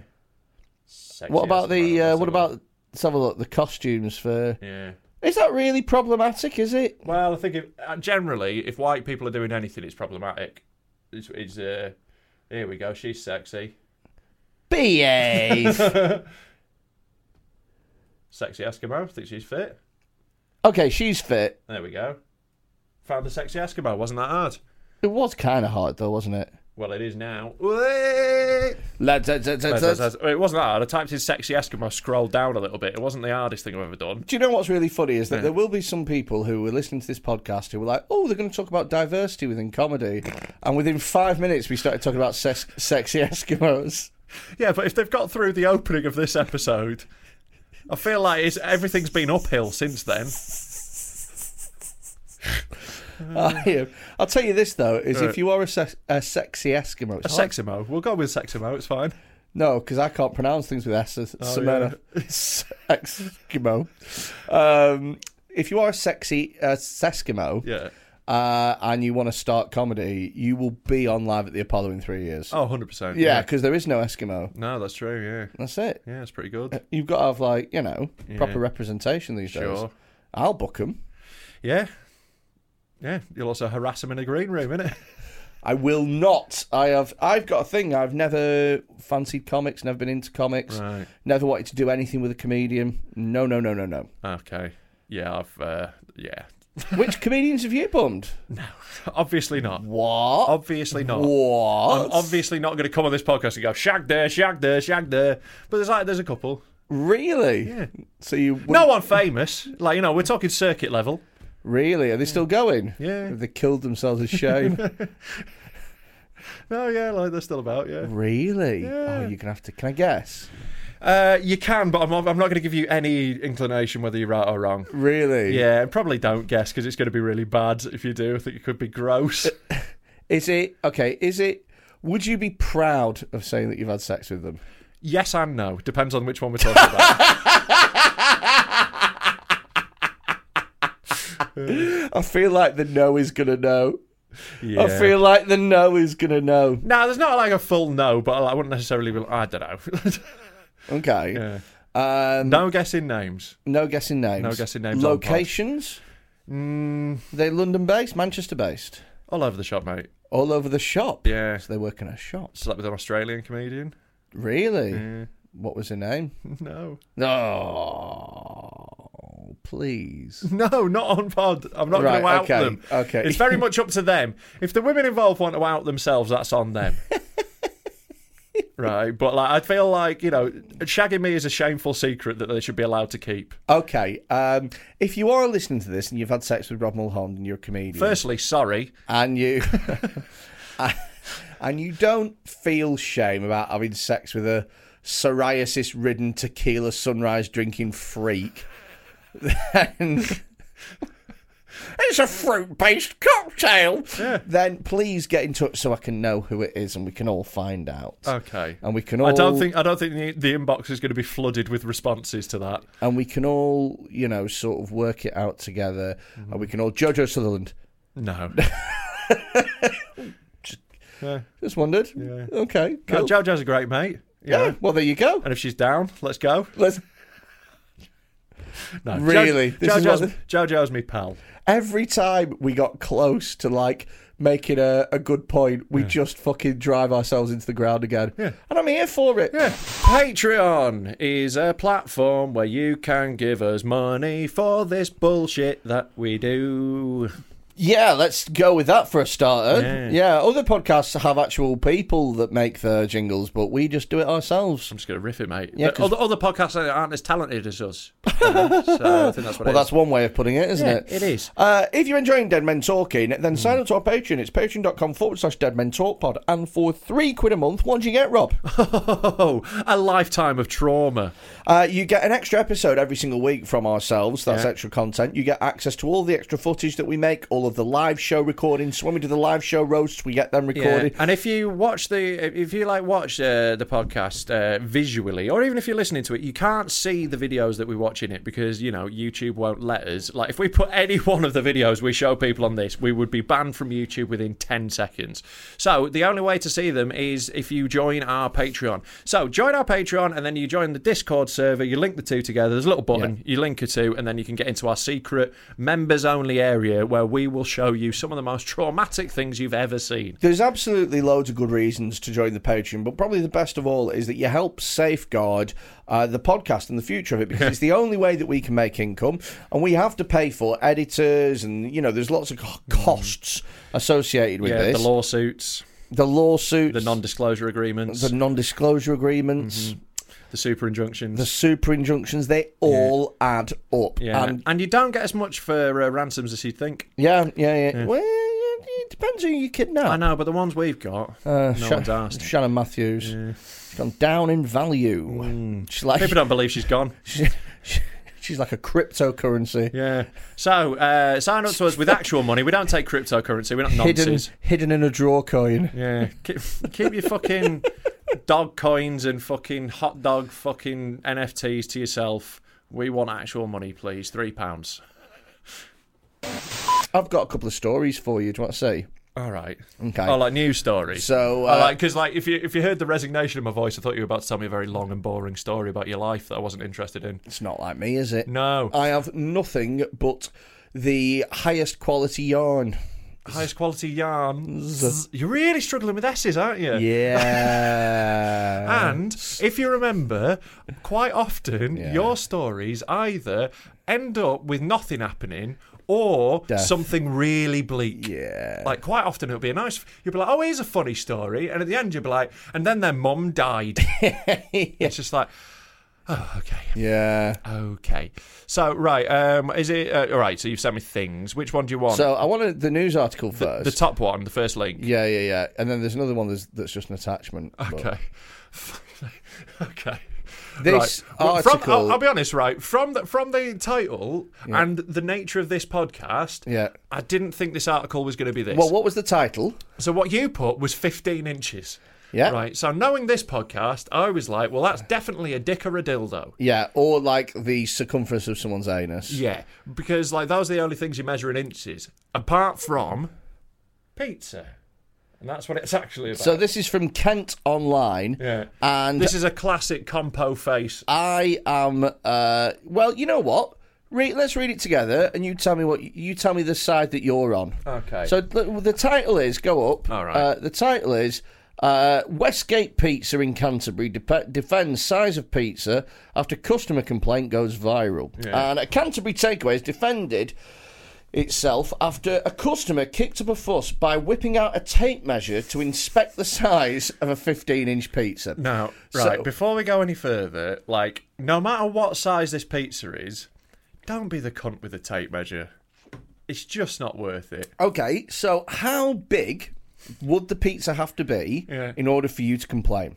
C: Sexy
D: what about the?
C: Eskimo,
D: Uh, what
C: let's have a
D: about? Let's have a look. The costumes for.
C: look. Yeah.
D: Is that really problematic? Is it?
C: Well, I think if, uh, generally, if white people are doing anything, it's problematic. It's, it's uh, here we go. She's sexy.
D: Behave.
C: Sexy Eskimo. I think she's fit.
D: okay, she's fit.
C: There we go. Found the sexy Eskimo. Wasn't that hard?
D: It was kind of hard though, wasn't it?
C: Well, it is now. Wait,
D: Lads, lads, lads, lads, lads.
C: It wasn't that hard. I typed in sexy Eskimo, scrolled down a little bit. It wasn't the hardest thing I've ever done.
D: Do you know what's really funny is that there will be some people who are listening to this podcast who were like, "Oh, they're going to talk about diversity within comedy," and within five minutes we started talking about sex- sexy Eskimos.
C: Yeah, but if they've got through the opening of this episode, I feel like it's, everything's been uphill since then.
D: I am. I'll tell you this though: is if
C: Right.
D: you are a, se- a sexy Eskimo,
C: A Seximo. We'll go with Seximo. It's fine.
D: no, because I can't pronounce things with s.
C: Oh,
D: Semena Eskimo. Um, if you are a sexy uh, Eskimo
C: Yeah.
D: uh, and you want to start comedy, you will be on live at the Apollo in three years.
C: Oh, 100%.
D: yeah, because there is no Eskimo.
C: No, that's true. Yeah,
D: That's it.
C: yeah, it's pretty good.
D: You've got to have like you know proper representation these days.
C: Sure.
D: I'll book them.
C: Yeah, yeah. You'll also harass him in a green room, innit?
D: I will not. I have. I've got a thing. I've never fancied comics. Never been into comics.
C: Right.
D: Never wanted to do anything with a comedian. No, no, no, no, no.
C: Okay. Yeah, I've. Uh, yeah.
D: Which comedians have you bummed?
C: Obviously not.
D: What?
C: Obviously not. I'm
D: What?
C: obviously not going to come on this podcast and go shag there, shag there, shag there. But there's like there's a couple.
D: really?
C: Yeah.
D: So you?
C: No one famous. Like you know, we're talking circuit level.
D: Really? Are they still going?
C: Yeah.
D: Have they killed themselves in shame?
C: Oh yeah, like they're still about. Yeah.
D: really?
C: Yeah.
D: Oh, you're gonna have to. Can I guess?
C: Uh, you can, but I'm I'm not going to give you any inclination whether you're right or wrong.
D: Really?
C: Yeah, and probably don't guess because it's going to be really bad if you do. I think it could be gross.
D: Is it okay? Is it? Would you be proud of saying that you've had sex with them?
C: Yes and no. Depends on which one we're talking about.
D: I feel like the no is gonna know.
C: yeah.
D: I feel like the no is gonna know.
C: No, there's not like a full no, but I wouldn't necessarily be like, I don't know.
D: Okay.
C: yeah.
D: Um,
C: No guessing names.
D: no guessing names.
C: No guessing names on pod.
D: Locations? Mm. They London based, Manchester based,
C: All over the shop, mate.
D: all over the shop.
C: Yeah.
D: So they work in a shop.
C: Slept with an Australian comedian.
D: Really? What was her name?
C: No.
D: Oh, please.
C: No, not on pod. I'm not going
D: Right,
C: to out
D: okay,
C: them.
D: okay.
C: It's very much up to them. If the women involved want to out themselves, that's on them. right. But like, I feel like, you know, shagging me is a shameful secret that they should be allowed to keep.
D: Okay. Um, if you are listening to this and you've had sex with Rob Mulholland and you're a comedian,
C: Firstly, sorry.
D: and you and you don't feel shame about having sex with a psoriasis ridden tequila sunrise drinking freak then It's a fruit based cocktail. Then please get in touch so I can know who it is and we can all find out.
C: Okay.
D: And we can
C: I don't
D: all-
C: think I don't think the, the inbox is going to be flooded with responses to that.
D: And we can all, you know, sort of work it out together.
C: Mm-hmm.
D: And we can all. JoJo Sutherland.
C: No.
D: Just wondered. Okay.
C: No,
D: cool.
C: JoJo's a great mate.
D: yeah.
C: Yeah.
D: Well, there you go.
C: And if she's down, let's go.
D: Let's.
C: No,
D: Really?
C: Jo-
D: This is
C: JoJo's,
D: what
C: JoJo's me pal.
D: Every time we got close to like making a, a good point, we just fucking drive ourselves into the ground again. Yeah. And I'm here for it.
C: Yeah. Patreon is a platform where you can give us money for this bullshit that we do.
D: Yeah, let's go with that for a starter.
C: Yeah.
D: Yeah. other podcasts have actual people that make their jingles, but we just do it ourselves.
C: I'm just going to riff it, mate.
D: Yeah,
C: but
D: 'cause-
C: other, other podcasts aren't as talented as us. so I think that's what it
D: Well,
C: is.
D: that's one way of putting it, isn't
C: Yeah,
D: it? Hmm.
C: it is.
D: Uh, if you're enjoying Dead Men Talking, then sign up to our Patreon. It's patreon.com forward slash Dead Men Talk Pod. And for three quid a month, what do you get, Rob?
C: Oh, a lifetime of trauma.
D: Uh, you get an extra episode every single week from ourselves. That's
C: Yeah.
D: extra content. You get access to all the extra footage that we make, all of the live show recordings. So when we do the live show roasts, we get them recorded.
C: And if you watch the, if you like watch uh, the podcast uh, visually, or even if you're listening to it, you can't see the videos that we watch in it because you know YouTube won't let us. Like if we put any one of the videos we show people on this, we would be banned from YouTube within ten seconds. So the only way to see them is if you join our Patreon. So join our Patreon, and then you join the Discord server. You link the two together. There's a little button. You link it to, and then you can get into our secret members-only area where we will show you some of the most traumatic things you've ever seen.
D: There's absolutely loads of good reasons to join the Patreon, but probably the best of all is that you help safeguard uh, the podcast and the future of it because it's the only way that we can make income, and we have to pay for editors and you know there's lots of co- costs associated with
C: Mm. yeah,
D: this.
C: the lawsuits,
D: the lawsuits,
C: the Mm-hmm. non-disclosure agreements,
D: the
C: the,
D: non-disclosure agreements.
C: super injunctions.
D: the super injunctions they all add up
C: yeah, and,
D: and
C: you don't get as much for uh, ransoms as you think.
D: yeah yeah yeah, well yeah, it depends who you kidnap Uh,
C: I know, but the ones we've got, no
D: Sha-
C: one's asked.
D: Shannon Matthews she's gone down in value
C: Hmm.
D: she's like
C: People don't believe she's gone.
D: she's like a cryptocurrency
C: Yeah. So uh, sign up to us with actual money. We don't take cryptocurrency. We're not
D: hidden
C: nonsense.
D: hidden in a draw coin
C: Yeah. Keep, keep your fucking dog coins and fucking hot dog fucking NFTs to yourself. We want actual money, please. Three pounds.
D: I've got a couple of stories for you do you want to see
C: All right.
D: Okay.
C: Oh, like news story.
D: So,
C: oh,
D: uh,
C: like because like if you if you heard the resignation in my voice, I thought you were about to tell me a very long and boring story about your life that I wasn't interested in.
D: it's not like me is it
C: No.
D: I have nothing but the highest quality yarn
C: Highest quality yarns. You're really struggling with S's, aren't you?
D: yeah
C: And if you remember, quite often
D: Yeah.
C: your stories either end up with nothing happening or
D: Death.
C: something really bleak.
D: Yeah.
C: Like quite often it'll be a nice. You'll be like, oh, here's a funny story, and at the end you'll be like, and then their mum died. It's just like, oh, okay.
D: yeah
C: Okay. So right, um, is it uh, all right? So you've sent me things. Which one do you want?
D: So I wanted the news article
C: the,
D: first.
C: the top one, the first link.
D: yeah, yeah, yeah. And then there's another one that's, that's just an attachment. but-
C: Okay. okay.
D: This
C: right. Well, from-
D: article-
C: I'll, I'll be honest, right? From the, from the title and the nature of this podcast,
D: Yeah.
C: I didn't think this article was going to be this.
D: Well, what was the title?
C: so what you put was 15 inches.
D: Yeah.
C: Right. So knowing this podcast, I was like, well, that's definitely a dick or a dildo.
D: Yeah, or like the circumference of someone's anus.
C: Yeah, because like those are the only things you measure in inches, apart from pizza, and that's what it's actually about.
D: So this is from Kent Online.
C: yeah,
D: And
C: this is a classic compo face.
D: I am. Uh, well, you know what? Read, let's read it together, and you tell me what you tell me the side that you're on.
C: Okay.
D: So the, the title is go up.
C: All right.
D: Uh, the title is uh, Westgate Pizza in Canterbury dep- defends size of pizza after customer complaint goes viral, and a Canterbury takeaway has defended itself after a customer kicked up a fuss by whipping out a tape measure to inspect the size of a 15-inch pizza.
C: Now,
D: So-
C: right, before we go any further, like, no matter what size this pizza is, don't be the cunt with the tape measure. It's just not worth it.
D: Okay, so how big would the pizza have to be
C: Yeah.
D: in order for you to complain?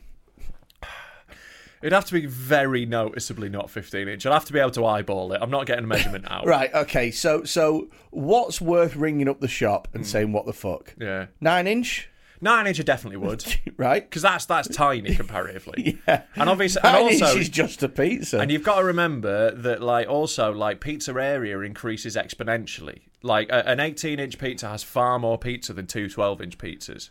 C: It'd have to be very noticeably not 15 inch. I'd have to be able to eyeball it. I'm not getting a measurement out.
D: Right. Okay. So so what's worth ringing up the shop
C: Hmm.
D: and saying what the fuck?
C: Yeah.
D: Nine inch.
C: Nine inch, I definitely would.
D: Right.
C: Because that's that's tiny comparatively.
D: Yeah.
C: And obviously, and
D: Nine
C: also,
D: inch is just a pizza.
C: and you've got to remember that, like, also, like, pizza area increases exponentially. Like, a, an 18 inch pizza has far more pizza than two 12 inch pizzas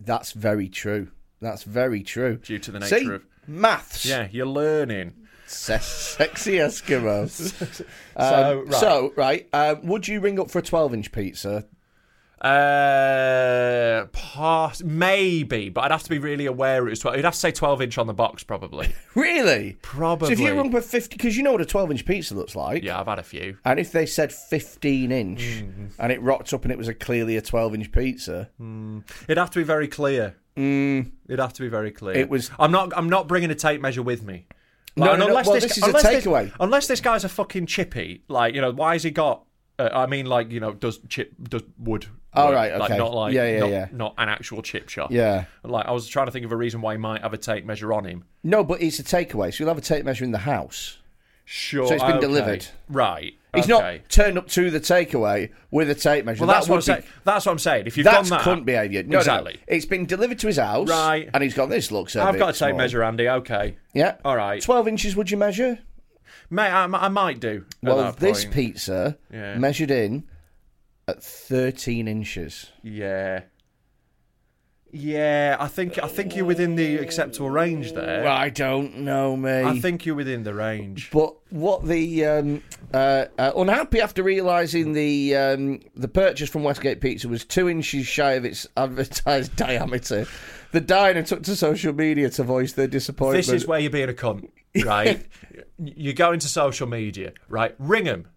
D: That's very true. That's very true.
C: due to the nature
D: See,
C: of.
D: maths.
C: Yeah, you're learning.
D: Se- sexy Eskimos.
C: So,
D: Um,
C: right.
D: So, right, um, would you ring up for a 12 inch pizza?
C: Uh, pos- maybe, but I'd have to be really aware it was 12. You'd have to say 12 inch on the box, probably.
D: Really?
C: Probably.
D: So, if you rung for 50, because you know what a 12 inch pizza looks like.
C: yeah, I've had a few.
D: And if they said 15 inch
C: Mm.
D: and it rocked up and it was a clearly a 12 inch pizza,
C: It'd have to be very clear. It'd have to be very clear.
D: Mm. It was-
C: I'm not. I'm not bringing a tape measure with me.
D: No,
C: and
D: no, no. Well, this is a
C: unless this-
D: takeaway.
C: unless this guy's a fucking chippy, like you know, why has he got? Uh, I mean, like you know, does chip does wood?
D: Oh,
C: work?
D: right,
C: Like,
D: okay.
C: not like
D: Yeah, yeah,
C: not,
D: yeah.
C: not an actual chip shop.
D: yeah.
C: Like I was trying to think of a reason why he might have a tape measure on him.
D: No, but it's a takeaway. So, you'll have a tape measure in the house.
C: Sure.
D: So it's been
C: okay.
D: delivered.
C: Right.
D: It's
C: okay.
D: not turned up to the takeaway with a tape measure.
C: Well, that's
D: That
C: what
D: would
C: I'm saying.
D: be-
C: That's what I'm saying. If you've
D: That's
C: done that,
D: cunt behaviour. No, no,
C: exactly.
D: No, It's been delivered to his house.
C: Right.
D: And he's gone, this looks a
C: I've
D: bit
C: got a tape
D: small."
C: measure, Andy. Okay.
D: Yeah.
C: All right.
D: 12 inches would you measure?
C: Mate, I, I might do. at
D: well,
C: that
D: this
C: point.
D: pizza
C: Yeah.
D: measured in at 13 inches.
C: Yeah. Yeah, I think I think you're within the acceptable range there.
D: I don't know, mate.
C: Uh, I think you're within the range.
D: But what the um, uh, uh, unhappy after realising the um, the purchase from Westgate Pizza was two inches shy of its advertised diameter, the diner took to social media to voice their disappointment.
C: This is where you're being a cunt, right? you go into social media, right? Ring 'em,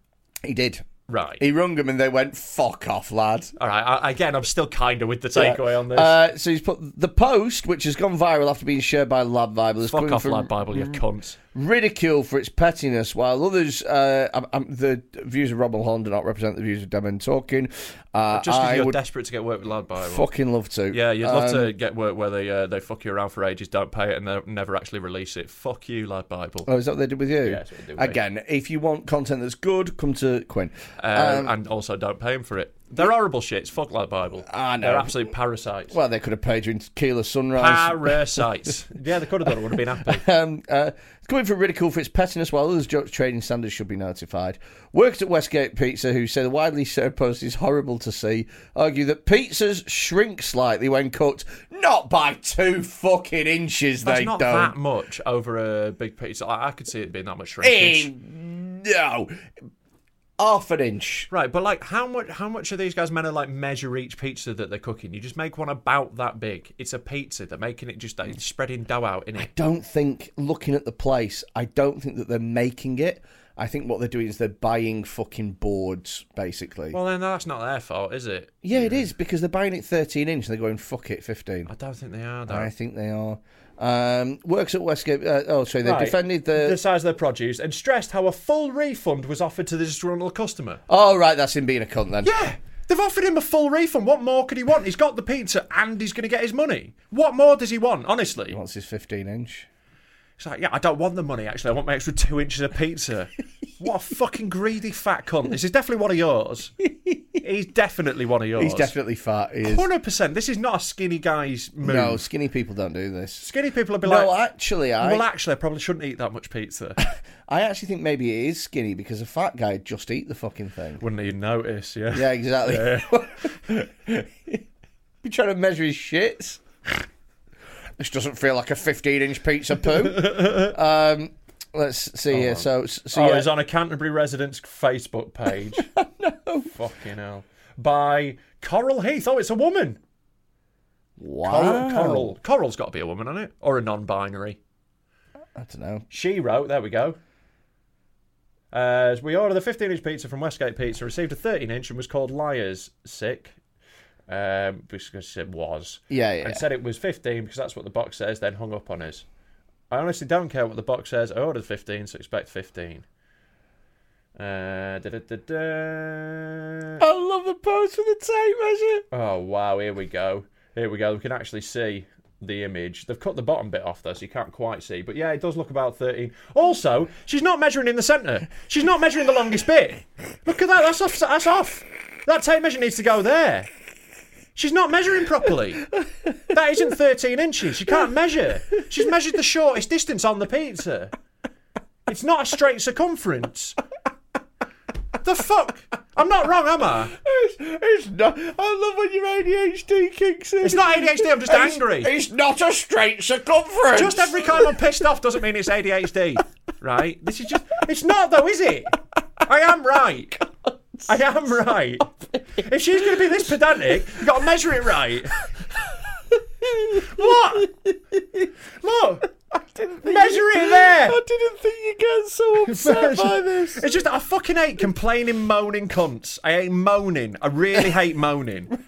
D: he did.
C: right?
D: He rung them and they went, "Fuck off, lad."
C: All right. I, again, I'm still kind of with the takeaway on this.
D: Uh, so he's put the post, which has gone viral after being shared by Lab Bible, is
C: Fuck
D: coming
C: off,
D: from Mm.
C: Lad Bible, you cunt.
D: ridicule for its pettiness, while others, uh, um, um, the views of Rob Mulholland do not represent the views of Demon Talking. Uh,
C: Just because
D: I
C: you're
D: would um,
C: desperate to get work with Lad Bible.
D: fucking love to.
C: Yeah, you'd love to get work where they uh, they fuck you around for ages, don't pay it, and they never actually release it. Fuck you, Lad Bible.
D: Oh, is that what they did with you?
C: that's what they did with me.
D: Again, if you want content that's good, come to Quinn.
C: Uh,
D: Um,
C: and also don't pay them for it. They're horrible shits. Fuck like Bible.
D: I know.
C: They're absolute parasites.
D: Well, they could have paid you in tequila sunrise.
C: parasites. yeah, they could have done. it. Would have been happy.
D: Um, uh, it's coming from ridicule for its pettiness, while others joke trading standards should be notified. Worked at Westgate Pizza, who say the widely shared post is horrible to see, argue that pizzas shrink slightly when cooked, not by two fucking inches.
C: That's
D: they
C: not
D: don't.
C: that much over a big piece. I, I could see it being that much shrinkage.
D: Eh, no, half an inch.
C: Right, but like, how much? How much are these guys meant to like measure each pizza that they're cooking? You just make one about that big. It's a pizza. They're making it just like, spreading dough out in it.
D: Don't think looking at the place. I don't think that they're making it. I think what they're doing is they're buying fucking boards, basically.
C: Well, then that's not their fault, is it?
D: yeah, it is because they're buying it 13 inch. They're going fuck it, 15.
C: I don't think they are. Though.
D: I think they are. Um, works at Westgate. Uh, oh, sorry, they
C: Right.
D: defended the.
C: the size of their produce and stressed how a full refund was offered to the disgruntled customer.
D: Oh, right, that's him being a cunt then.
C: Yeah, they've offered him a full refund. What more could he want? He's got the pizza and he's going to get his money. What more does he want? Honestly,
D: He wants his 15 inch.
C: it's like, yeah, I don't want the money. Actually, I want my extra two inches of pizza. what a fucking greedy fat cunt! This is definitely one of yours. He's definitely one of yours.
D: He's definitely fat. He is.
C: hundred percent. This is not a skinny guy's move.
D: No, skinny people don't do this.
C: Skinny people would be
D: No,
C: like,
D: actually, I
C: well, actually, I probably shouldn't eat that much pizza.
D: I actually think maybe it is skinny because a fat guy would just eat the fucking thing.
C: Wouldn't even notice. Yeah.
D: Yeah, exactly. Be trying to measure his shits. This doesn't feel like a 15 inch pizza poo. um, let's see here. So, so
C: oh,
D: yeah.
C: it's on a Canterbury residents Facebook page. Fucking hell. By Coral Heath. Oh, it's a woman. Coral.
D: wow.
C: Coral. Coral's got to be a woman, hasn't it? Or a non-binary.
D: I don't know.
C: She wrote. There we go. As we ordered a 15-inch pizza from Westgate Pizza, received a 13-inch and was called liars sick. Um, because it was.
D: Yeah, yeah.
C: And said it was 15 because that's what the box says. Then hung up on us. I honestly don't care what the box says. I ordered 15, so expect 15. Uh, da-da-da-da.
D: I love the pose for the tape measure.
C: Oh wow, here we go. Here we go. We can actually see the image. They've cut the bottom bit off though, so you can't quite see. But yeah, it does look about 13. Also, she's not measuring in the centre. She's not measuring the longest bit. Look at that. That's off. That's off. That tape measure needs to go there. She's not measuring properly. That isn't 13 inches. She can't measure. She's measured the shortest distance on the pizza. It's not a straight circumference. The fuck? I'm not wrong, am I?
D: It's, it's not. I love when your ADHD kicks in.
C: It's not ADHD, I'm just angry.
D: It's not a straight circumference.
C: Just every time I'm pissed off doesn't mean it's ADHD, right? This is just. It's not though, is it? I am right. I am right. If she's going to be this pedantic, you got to measure it right. What? Look,
D: I didn't think
C: Measure
D: you-
C: it there.
D: I didn't think you get so upset by this.
C: it's just that I fucking hate complaining, moaning cunts. I hate moaning. I really hate moaning.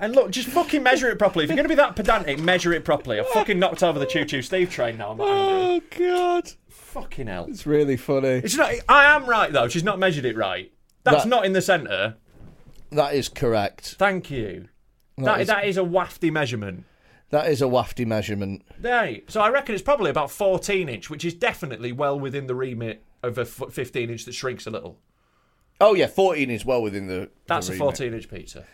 C: And look, just fucking measure it properly. If you're going to be that pedantic, measure it properly. I fucking knocked over the Choo Choo Steve train now. I'm not angry.
D: Oh God,
C: Fucking hell.
D: it's really funny.
C: It's not. I am right though. She's not measured it right. That's
D: That-
C: not in the centre.
D: That is correct.
C: Thank you.
D: That
C: That
D: is-
C: that is a wafty measurement.
D: That is a wafty measurement.
C: Right. So I reckon it's probably about 14 inch, which is definitely well within the remit of a f- 15 inch that shrinks a little.
D: Oh yeah, fourteen is well within the.
C: That's
D: the
C: a
D: remit.
C: 14 inch pizza.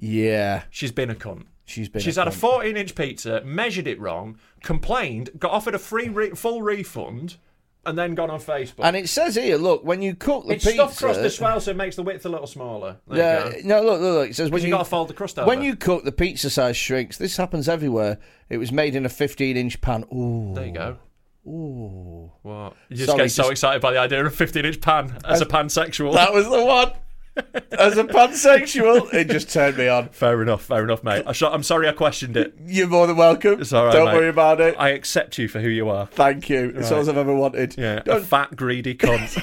D: Yeah,
C: She's been a cunt.
D: she's been.
C: She's had a
D: cunt.
C: 14 inch pizza, measured it wrong, complained, got offered a free re- full refund, and then gone on Facebook.
D: And it says here, look, when you cook the
C: it's
D: pizza,
C: stuffed crust as well, so it makes the width a little smaller. There
D: Yeah,
C: you go.
D: no, look, look, look. It says when
C: you
D: you,
C: gotta fold the crust
D: When
C: over.
D: you cook, the pizza size shrinks. This happens everywhere. It was made in a 15-inch pan. Ooh,
C: There you go.
D: ooh.
C: What? You just
D: Sorry,
C: get so
D: just-
C: excited by the idea of a 15 inch pan as a pansexual.
D: That was the one. As a pansexual, it just turned me on.
C: Fair enough, fair enough, mate. I am sorry I questioned it.
D: You're more than welcome.
C: It's all right,
D: Don't
C: mate.
D: worry about it.
C: I accept you for who you are.
D: Thank you. It's all I've ever wanted.
C: Yeah, a
D: Don't-
C: fat, greedy cunt.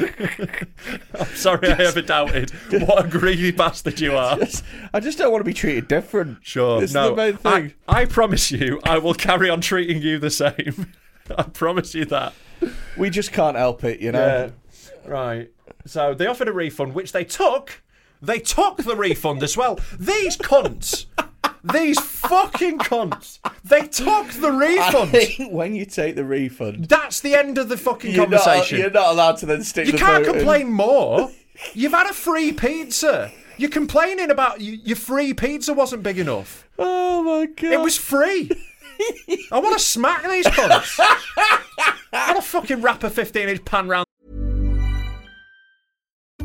C: I'm sorry I ever doubted. What a greedy bastard you are.
D: I just don't want to be treated different.
C: Sure.
D: This
C: no,
D: is the main
C: I-
D: thing.
C: I, promise you, I will carry on treating you the same. I promise you that.
D: We just can't help it, you know.
C: Yeah. Right. So they offered a refund, which they took. They took the refund as well. These cunts. These fucking cunts. They took the
D: I
C: refund.
D: think when you take the refund,
C: That's the end of the fucking
D: you're not,
C: conversation.
D: you're not allowed to then stick.
C: you
D: the
C: can't
D: boot in.
C: complain more. You've had a free pizza. You're complaining about y- your free pizza wasn't big enough.
D: Oh my god!
C: It was free. I want to smack these cunts. I want to fucking wrap a 15 inch pan round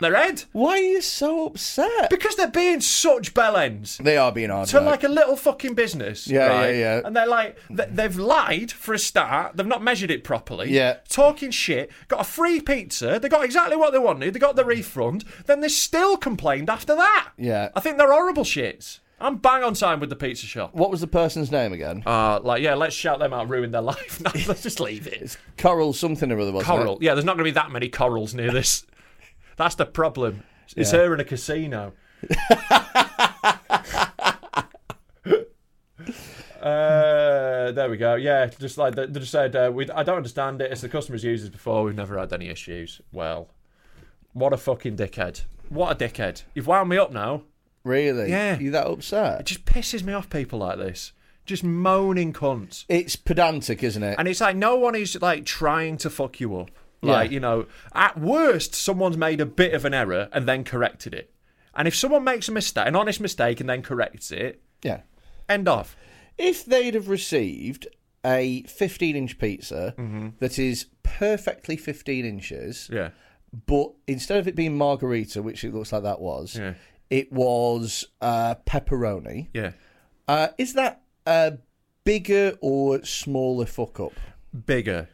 C: their head.
D: Why are you so upset?
C: Because they're being such bell ends
D: They are being hard.
C: to
D: right?
C: like a little fucking business.
D: Yeah, yeah,
C: right?
D: yeah.
C: And they're like, th- they've lied for a start. They've not measured it properly.
D: Yeah.
C: Talking shit. Got a free pizza. They got exactly what they wanted. They got the refund. Then they still complained after that.
D: Yeah.
C: I think they're horrible shits. I'm bang on time with the pizza shop.
D: What was the person's name again?
C: Uh, like, yeah, let's shout them out, ruin their life. No, let's just leave it.
D: It's Coral something or other. Wasn't
C: Coral. Yeah, there's not going to be that many corals near this. That's the problem. It's her in a casino. uh, there we go. Yeah, just like they they just said, uh, we, I don't understand it. It's the customers' users before. We've never had any issues. Well, what a fucking dickhead. What a dickhead. You've wound me up now.
D: It? Really?
C: Yeah.
D: You that
C: It
D: upset?
C: just pisses me off, people like this. Just moaning cunts.
D: It's pedantic, isn't it?
C: And it's like no one is like trying to fuck you up. Like,
D: Eh. Yeah.
C: you know, at worst, someone's made a bit of an error and then corrected it. And if someone makes a mistake, an honest mistake, and then corrects it,
D: yeah.
C: end off.
D: If they'd have received a 15 inch pizza
C: Mm-hmm.
D: that is perfectly 15 inches,
C: Yeah.
D: but instead of it being margarita, which it looks like that was,
C: Yeah.
D: it was uh, pepperoni,
C: Yeah.
D: uh, is that a bigger or smaller fuck up?
C: Bigger.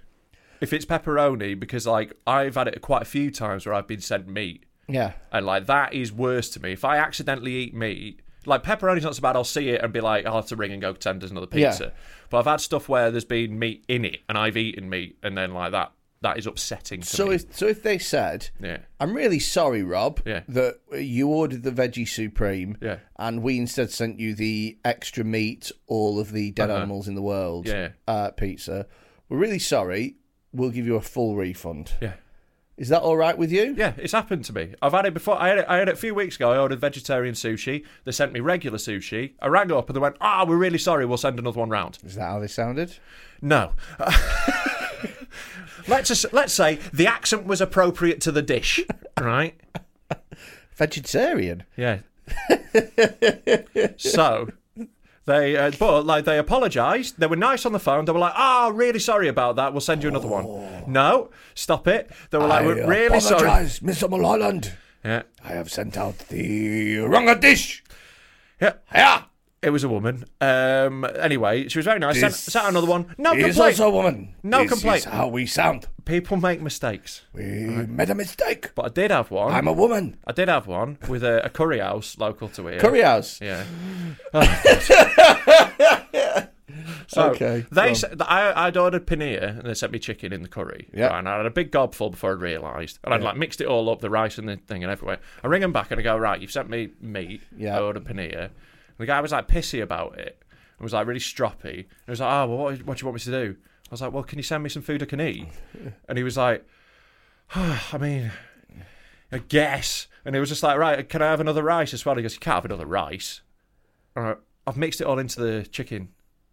C: If it's pepperoni, because like I've had it quite a few times where I've been sent meat.
D: Yeah.
C: And like that is worse to me. If I accidentally eat meat, like pepperoni's not so bad, I'll see it and be like, I'll have to ring and go pretend there's another
D: Yeah.
C: pizza. But I've had stuff where there's been meat in it and I've eaten meat and then like that that is upsetting to
D: So
C: me.
D: if, so if they said,
C: yeah.
D: I'm really sorry, Rob,
C: Yeah.
D: that you ordered the veggie supreme,
C: Yeah.
D: and we instead sent you the extra meat, all of the dead animals in the world
C: Uh-huh. Yeah.
D: uh, pizza. We're really sorry. We'll give you a full refund.
C: Yeah.
D: Is that all right with you?
C: Yeah, it's happened to me. I've had it before. I had it, I had it a few weeks ago. I ordered vegetarian sushi. They sent me regular sushi. I rang up and they went, "Ah, we're really sorry. We'll send another one round."
D: Is that how they sounded?
C: No. let's just, let's say the accent was appropriate to the dish, right?
D: Vegetarian.
C: Yeah. so they, uh, but like they apologised. They were nice on the phone. They were like, "Ah, really sorry about that. We'll send you another
D: Oh.
C: one." No, stop it. They were like, "We're really sorry."
D: apologise, Mr. Mulholland.
C: Yeah,
D: I have sent out the wrong dish.
C: yeah.
D: Yeah.
C: It was a woman. Um. Anyway, she was very nice. Sent,
D: This
C: sent another one. No
D: He's
C: complaint.
D: also a woman.
C: No
D: This
C: complaint.
D: Is how we sound.
C: People make mistakes,
D: We made a mistake.
C: but I did have one.
D: I'm a woman.
C: I did have one with a, a curry house local to here.
D: Curry house.
C: Yeah. so
D: Okay, go
C: They
D: on.
C: said I, I'd ordered paneer and they sent me chicken in the curry.
D: Yeah.
C: Right, and I had a big gob full before I realised, and I'd like mixed it all up, the rice and the thing and everywhere. I ring them back and I go, right, you've sent me meat.
D: Yeah.
C: I ordered paneer. And the guy was like pissy about it. It was like really stroppy. And he was like, oh, well, what, what do you want me to do? I was like, well, can you send me some food I can eat? And he was like, I mean, I guess. And it was just like, right, can I have another rice as well? He goes, you can't have another rice. All right, I've mixed it all into the chicken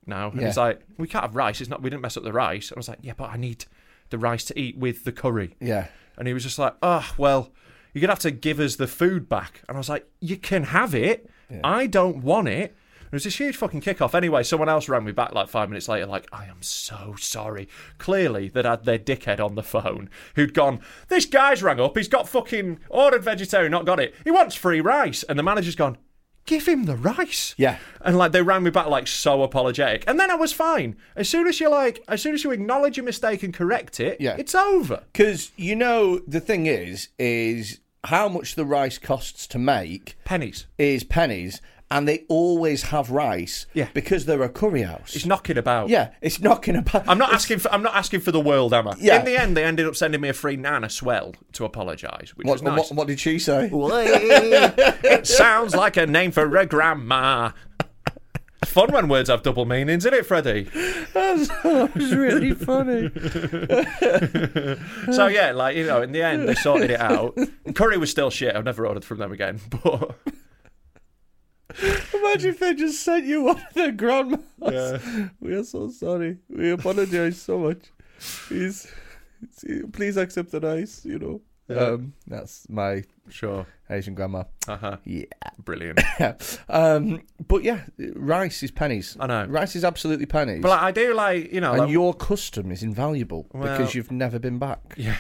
C: now. And
D: Yeah.
C: he's like, we can't have rice. It's not. We didn't mess up the rice. And I was like, yeah, but I need the rice to eat with the curry.
D: Yeah.
C: And he was just like, oh, well, you're going to have to give us the food back. And I was like, you can have it. I don't want it. It was this huge fucking kickoff. Anyway, someone else rang me back like five minutes later, like, I am so sorry. Clearly, they'd had their dickhead on the phone who'd gone, This guy's rang up. He's got fucking ordered vegetarian, not got it. He wants free rice. And the manager's gone, Give him the rice.
D: Yeah.
C: And like they rang me back like so apologetic. And then I was fine. As soon as you like, as soon as you acknowledge your mistake and correct it,
D: Yeah.
C: it's over.
D: Because you know the thing is, is how much the rice costs to make
C: Pennies.
D: is pennies, and they always have rice.
C: Yeah.
D: Because they're a curry house.
C: It's knocking about.
D: yeah, it's knocking about.
C: I'm not asking for I'm not asking for the world, am I?
D: Yeah.
C: In the end, they ended up sending me a free nana swell to apologise, which
D: What,
C: was nice.
D: what, what did she say?
C: it sounds like a name for a grandma. It's Fun when words have double meanings, isn't it, Freddie?
D: that was really funny.
C: So yeah, like you know, in the end, they sorted it out. Curry was still shit. I've never ordered from them again, but
D: Imagine if they just sent you one of their grandmas. We are so sorry. We apologize so much. Please, please accept the rice. You know. Um, that's my
C: sure,
D: Asian grandma.
C: uh-huh.
D: Yeah.
C: brilliant.
D: um, but yeah, rice is pennies.
C: I know.
D: Rice is absolutely pennies.
C: But like, I do like you know,
D: and
C: like,
D: your custom is invaluable
C: Well-
D: because you've never been back.
C: Yeah.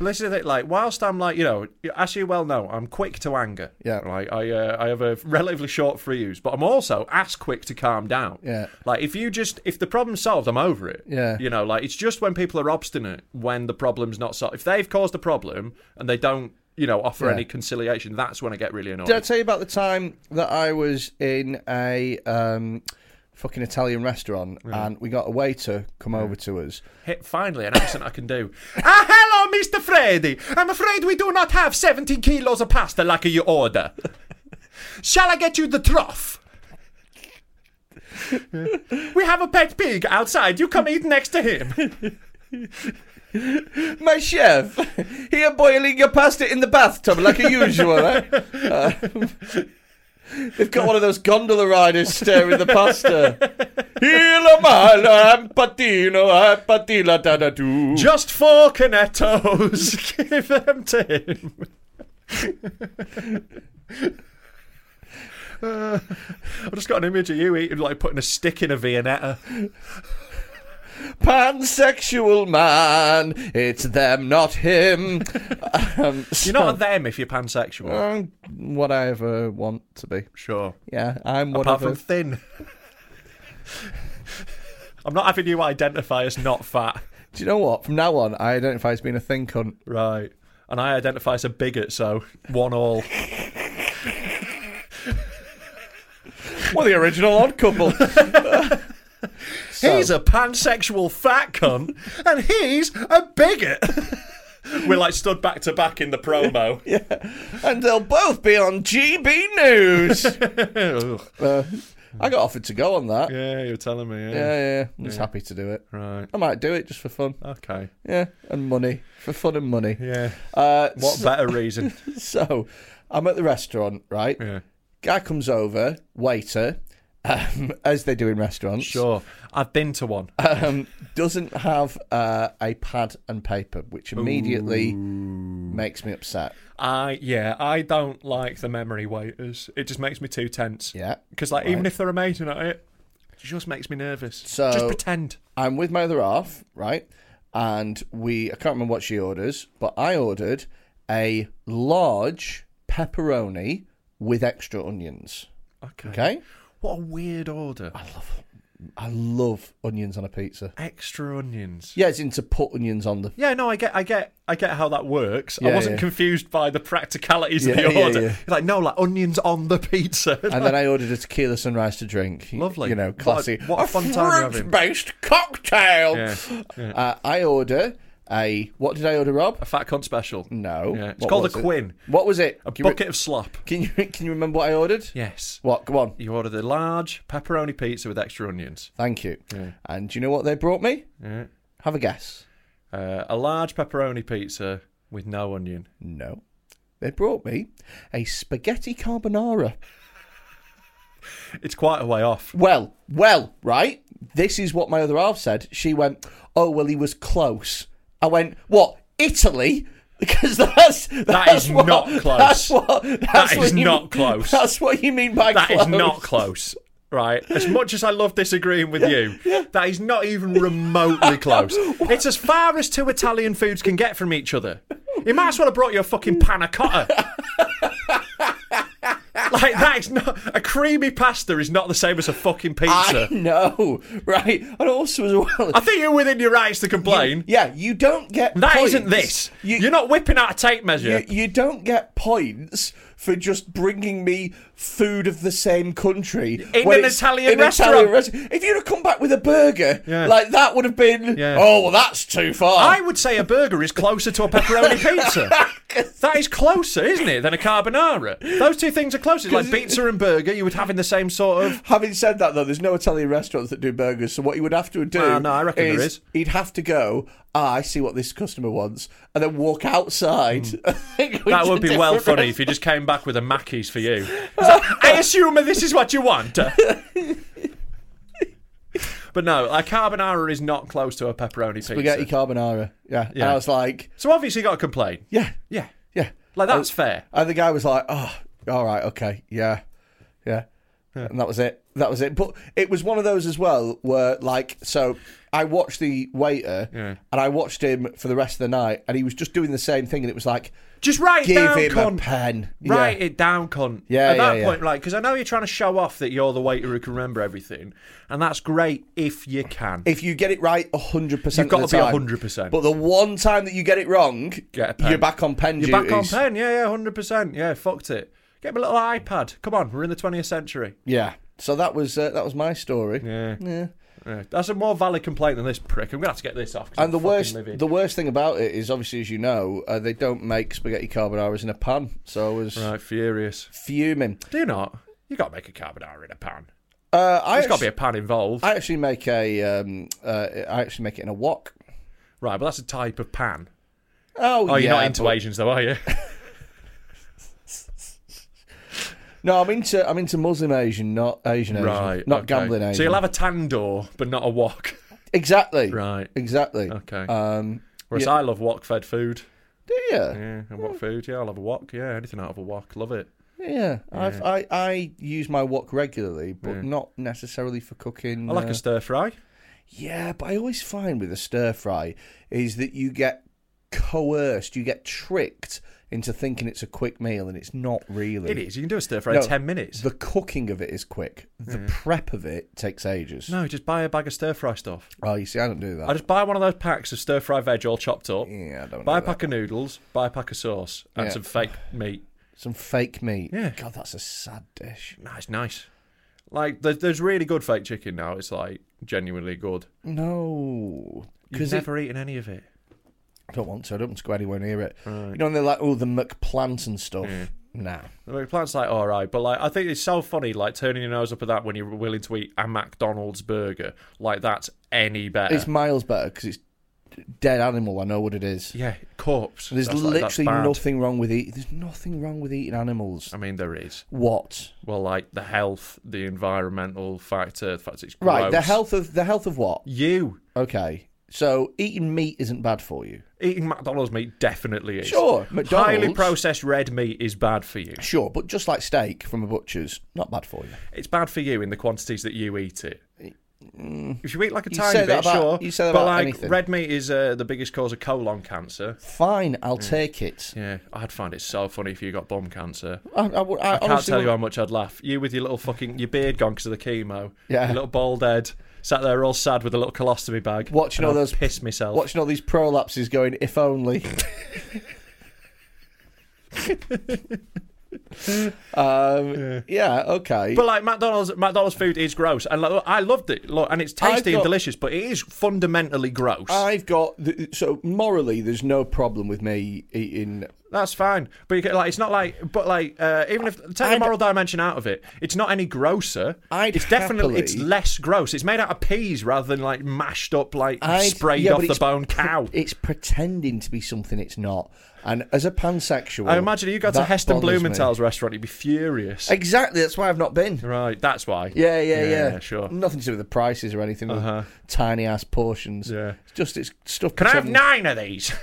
C: Well, this is it. Like, whilst I'm like, you know, as you well know, I'm quick to anger.
D: Yeah.
C: Like, I uh, I have a relatively short fuse, but I'm also as quick to calm down.
D: Yeah.
C: Like, if you just if the problem's solved, I'm over it.
D: Yeah.
C: You know, like it's just when people are obstinate when the problem's not solved. If they've caused a problem and they don't, you know, offer
D: Yeah.
C: any conciliation, that's when I get really annoyed.
D: Did I tell you about the time that I was in a um, fucking Italian restaurant and we got a waiter come over to us?
C: Hit finally an accent I can do. Ah, hello, Mr. Freddy. I'm afraid we do not have 70 kilos of pasta like you order. Shall I get you the trough? we have a pet pig outside. You come eat next to him.
D: My chef, here boiling your pasta in the bathtub like a usual. eh? Um, they've got one of those gondola riders staring the pasta. Hila mala, am patino, am patila da da do.
C: Just four canettos. Give them to him. Uh, I've just got an image of you eating, like putting a stick in a Viennetta.
D: Pansexual man, it's them, not him. um, so,
C: You're not a them if you're pansexual.
D: I'm Um, what I ever want to be.
C: Sure.
D: Yeah, I'm
C: Apart
D: whatever.
C: from thin. I'm not having you identify as not fat.
D: Do you know what? From now on, I identify as being a thin cunt.
C: Right. And I identify as a bigot, so one all.
D: Well, the original odd couple.
C: He's a pansexual fat cunt, and he's a bigot. We're like stood back to back in the promo.
D: and they'll both be on GB News.
C: Ugh.
D: Uh, I got offered to go on that. Yeah,
C: yeah, you were telling me.
D: yeah, yeah. I'm just happy to do it.
C: Right.
D: I might do it just for fun.
C: Okay.
D: Yeah, and money. For fun and money.
C: Yeah.
D: Uh,
C: What
D: so,
C: better reason?
D: so, I'm at the restaurant, right?
C: Yeah.
D: Guy comes over, waiter, um, as they do in restaurants.
C: Sure. I've been to one.
D: um, doesn't have uh, a pad and paper, which immediately makes me upset.
C: I yeah, I don't like the memory waiters. It just makes me too tense.
D: Yeah,
C: Because like even
D: right.
C: if they're amazing at it, it just makes me nervous.
D: So-
C: just pretend.
D: I'm with my other half, right? And we, I can't remember what she orders, but I ordered a large pepperoni with extra onions.
C: Okay.
D: Okay?
C: What a weird order.
D: I love onions on a pizza.
C: Extra onions.
D: Yeah, it's in to put onions on the.
C: Yeah, no, I get, I get, I get how that works. I
D: Yeah,
C: wasn't
D: yeah.
C: confused by the practicalities
D: Yeah,
C: of the
D: yeah,
C: order.
D: yeah.
C: It's Like, no, like onions on the pizza.
D: And then I ordered a tequila sunrise to drink. Y-
C: Lovely.
D: You know,
C: What a-
D: classy.
C: what a fun time you're having.
D: fruit-based cocktail.
C: Yeah,
D: Uh, I order a. What did I order, Rob?
C: a fat con special.
D: No.
C: Yeah, it's
D: What
C: called a
D: was it?
C: quin.
D: What was it?
C: A
D: Can you re-
C: bucket of slop.
D: Can you can you remember what I ordered?
C: Yes.
D: What? Come on.
C: You ordered a large pepperoni pizza with extra onions.
D: Thank you. And do you know what they brought me?
C: Yeah.
D: Have a guess.
C: Uh, a large pepperoni pizza with no onion.
D: No. They brought me a spaghetti carbonara.
C: It's quite a way off.
D: Well, well, right? This is what my other half said. She went, "Oh, well, he was close." I went, "What? Italy?" Because that's, that's
C: is
D: what,
C: not close.
D: That's what, that's
C: is
D: what you-
C: not close.
D: That's what you mean by
C: That is
D: close.
C: not close. Right, as much as I love disagreeing with you, that is not even remotely close. it's as far as two Italian foods can get from each other. You might as well have brought you a fucking panna cotta. like that is not a creamy pasta is not the same as a fucking
D: I
C: pizza. I,
D: know, right? And also as well,
C: think you're within your rights to complain.
D: Yeah, you don't get
C: That
D: points.
C: not this.
D: You,
C: You, are not whipping out a tape measure.
D: you, you don't get points for just bringing me food of the same country
C: In
D: when
C: an
D: it's-
C: Italian
D: in an
C: restaurant.
D: restaurant. If you'd have come back with a burger,
C: Yeah.
D: like that would have been.
C: Yeah.
D: Oh well, that's too far.
C: I would say a burger is closer to a pepperoni pizza. That is closer, isn't it, than a carbonara? Those two things are closer. Like pizza and burger, you would have in the same sort of.
D: Having said that, though, there's no Italian restaurants that do burgers. So what he would have to do,
C: Well, no, I reckon there is.
D: he'd have to go. Ah, I see what this customer wants, and then walk outside.
C: Hmm. That would be well funny if you just came back with a Mackey's for you. It's like, I assume this is what you want. but no, a carbonara is not close to a pepperoni
D: spaghetti
C: pizza.
D: carbonara. Yeah. and
C: Yeah.
D: I was like,
C: so obviously, you got to complain.
D: yeah, Uh,
C: Yeah,
D: yeah.
C: like that's fair.
D: And the guy was like, "Oh, all right, okay, yeah, yeah,", and that was it. That was it. But it was one of those as well where, like, so I watched the waiter and I watched him for the rest of the night, and he was just doing the same thing, and it was like,
C: Just write it
D: "Give
C: down,
D: him a
C: cunt.
D: pen,
C: Write
D: Yeah.
C: it down, cunt.
D: Yeah,
C: At that
D: yeah, yeah.
C: point, like, because I know you're trying to show off that you're the waiter who can remember everything, and that's great if you can.
D: If you get it right hundred percent,
C: You've got
D: to
C: to be 100%.
D: But the one time that you get it wrong,
C: Get a pen.
D: you're back on pen
C: you're
D: duties.
C: back on pen, yeah, yeah, hundred percent, yeah. Fucked it. Get me a little iPad. Come on, we're in the twentieth century.
D: Yeah. So that was uh, that was my story.
C: Yeah. Yeah. That's a more valid complaint than this prick. I'm gonna have to get this off. 'cause I'm
D: And the
C: fucking
D: worst,
C: livid.
D: the worst thing about it is, obviously, as you know, uh, they don't make spaghetti carbonaras in a pan. So I was
C: right, furious.
D: fuming.
C: Do you not? You got to make a carbonara in a pan.
D: Uh, I,
C: There's got
D: actually,
C: to be a pan involved,
D: I actually make a, um, uh, I actually make it in a wok.
C: right? But that's a type of pan.
D: Oh,
C: Oh, you're
D: yeah,
C: not into
D: but-
C: Asians though, are you?
D: No, I'm into I'm into Muslim Asian, not Asian Asian,
C: Right.
D: not
C: okay.
D: gambling Asian.
C: So you'll have a tan door, but not a wok.
D: exactly
C: Right.
D: exactly.
C: Okay.
D: Um,
C: Whereas
D: yeah. Mm.
C: I love wok fed food.
D: do you? Yeah,
C: Yeah, and wok food. Yeah, I'll have a wok. Yeah, anything out of a wok. Love it.
D: I've, I I use my wok regularly, but not necessarily for cooking.
C: I like
D: uh,
C: a stir fry.
D: Yeah, but I always find with a stir fry is that you get coerced, you get tricked into thinking it's a quick meal, and it's not really.
C: It is. You can do a stir fry
D: No,
C: in 10 minutes. Mm.
D: The cooking of it is quick. The prep of it takes ages.
C: No, just buy a bag of stir fry stuff.
D: Oh, you see, I don't do that.
C: I just buy one of those packs of stir fry veg all chopped up.
D: Yeah, I don't
C: Buy a
D: do
C: pack of noodles, buy a pack of sauce, and
D: Yeah.
C: some fake meat.
D: Some fake meat.
C: Yeah.
D: God, that's a sad dish.
C: Nah, it's nice. Like, there's, there's really good fake chicken now. It's like genuinely good.
D: No.
C: You've
D: Because
C: never eaten any of it.
D: I don't want to. I don't want to go anywhere near it. You know, and they're like, oh, the McPlant and stuff. Nah.
C: The McPlant's like, all right, but like, I think it's so funny, like turning your nose up at that when you're willing to eat a McDonald's burger. Like, that's any better.
D: It's miles better because it's dead animal. I know what it is.
C: yeah, corpse.
D: There's
C: That's like- that's
D: literally
C: bad. Um,
D: nothing wrong with eating. There's nothing wrong with eating animals.
C: I mean, there is.
D: What?
C: Well, like the health, the environmental factor, the fact it's
D: Right. The
C: gross.
D: health of the health of what?
C: You
D: Okay. So eating meat isn't bad for you.
C: eating McDonald's meat definitely is.
D: Sure,
C: Highly
D: McDonald's-
C: processed red meat is bad for you.
D: Sure, but just like steak from a butcher's, not bad for you.
C: It's bad for you in the quantities that you eat it. If you eat like a
D: mm. You
C: tiny
D: say that
C: bit,
D: about-
C: sure.
D: you say that
C: but
D: about
C: like
D: anything.
C: red meat is uh, the biggest cause of colon cancer.
D: Fine, I'll
C: Mm.
D: take it.
C: Yeah, I'd find it so funny if you got bum cancer.
D: I, I, would- I
C: I can't
D: honestly
C: tell you
D: would-
C: how much I'd laugh. You with your little fucking your beard gone because of the chemo.
D: Yeah.
C: Your little bald head sat there all sad with a little colostomy bag.
D: watching
C: and
D: all
C: I'd
D: those
C: piss myself.
D: Watching all these prolapses going, if only. um, yeah. okay.
C: But like McDonald's, McDonald's food is gross, and like, I loved it. Look, and it's tasty
D: I've got-
C: and delicious, but it is fundamentally gross.
D: I've got the, so morally, there's no problem with me eating.
C: That's fine, but you get, like it's not like, but like uh, even if take the
D: I'd-
C: moral dimension out of it, it's not any grosser.
D: I'd
C: it's definitely it's
D: happily-
C: less gross. It's made out of peas rather than like mashed up, like
D: I'd-
C: sprayed
D: yeah, but
C: off the
D: it's
C: bone
D: pre-
C: cow.
D: It's pretending to be something it's not. And as a pansexual,
C: I imagine if you go to
D: that
C: Heston
D: bothers me.
C: Blumenthal's restaurant, you'd be furious.
D: Exactly. That's why I've not been.
C: right, that's why.
D: Yeah, yeah, yeah. Mm,
C: sure.
D: Nothing to do with the prices or anything.
C: Uh-huh.
D: Tiny ass portions.
C: Yeah.
D: It's just it's stuff.
C: Can I have
D: pretending-
C: nine of these?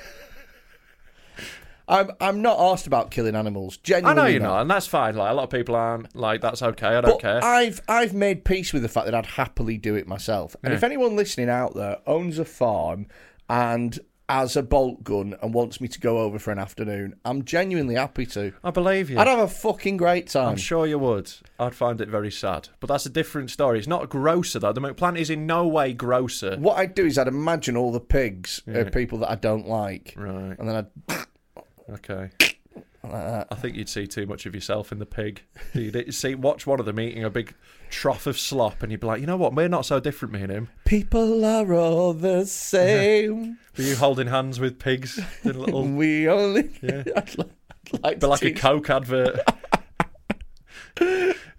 D: I'm I'm not asked about killing animals.
C: I
D: Genuinely,
C: know you're not, and that's fine. Like a lot of people aren't. Like that's okay. I don't
D: But
C: care.
D: I've I've made peace with the fact that I'd happily do it myself. And if anyone listening out there owns a farm and has a bolt gun and wants me to go over for an afternoon, I'm genuinely happy to.
C: I believe you.
D: I'd have a fucking great time.
C: I'm sure you would. I'd find it very sad. But that's a different story. It's not grosser, though. The McPlant is in no way grosser.
D: What I'd do is I'd imagine all the pigs are people that I don't like,
C: Right.
D: and then I'd
C: Okay. I think you'd see too much of yourself in the pig. You'd see, watch one of them eating a big trough of slop, and you'd be like, you know what? We're not so different, me and him.
D: people are all the same.
C: Were you holding hands with pigs? In little,
D: We only. I'd, li- I'd like
C: but
D: to
C: like a
D: teach-
C: Coke advert.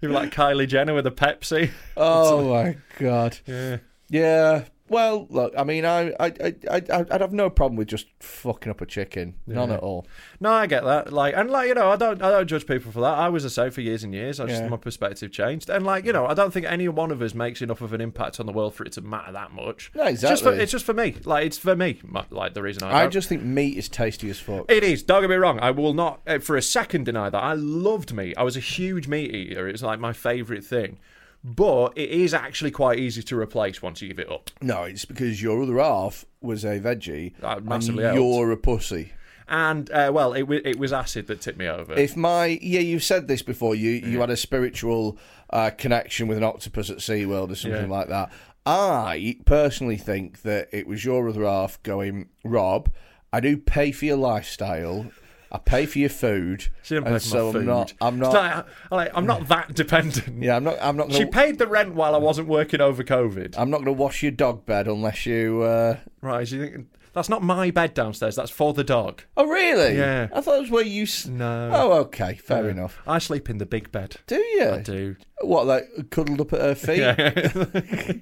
C: You're like Kylie Jenner with a Pepsi.
D: Oh my god.
C: Yeah.
D: Yeah. Well, look. I mean, I, I, I, I- I'd have no problem with just fucking up a chicken. None at all.
C: No, I get that. Like, and like you know, I don't, I don't judge people for that. I was the same for years and years. I just
D: Yeah.
C: my perspective changed, and like you know, I don't think any one of us makes enough of an impact on the world for it to matter that much.
D: No,
C: It's just for,
D: exactly.
C: it's just for me. Like, it's for me. My- Like the reason I,
D: I
C: don't-
D: just think meat is tasty as fuck.
C: It is. Don't get me wrong. I will not uh, for a second deny that. I loved meat. I was a huge meat eater. It was like my favourite thing. But it is actually quite easy to replace once you give it up.
D: no, it's because your other half was a veggie.
C: That Ah, massively
D: and
C: helped.
D: You're a pussy.
C: And uh, well, it, w- it was acid that tipped me over.
D: If my yeah, you've said this before. You you had a spiritual uh, connection with an octopus at SeaWorld or something
C: Yeah.
D: like that. I personally think that it was your other half going, Rob. I do pay for your lifestyle. I pay for your food,
C: she didn't pay
D: and
C: for
D: Oh, so
C: my food.
D: I'm not. I'm
C: It's
D: not.
C: like, I'm not that dependent.
D: yeah, I'm not. I'm not. Gonna, Uh,
C: She paid the rent while I wasn't working over COVID.
D: I'm not going to wash your dog bed unless you. Uh...
C: Right? so You think that's not my bed downstairs? That's for the dog.
D: Oh, really?
C: Yeah.
D: I thought it was where you. s-
C: No.
D: Oh, okay. Fair enough.
C: I sleep in the big bed.
D: Do you?
C: I do.
D: What, like cuddled up at her feet,
C: Yeah.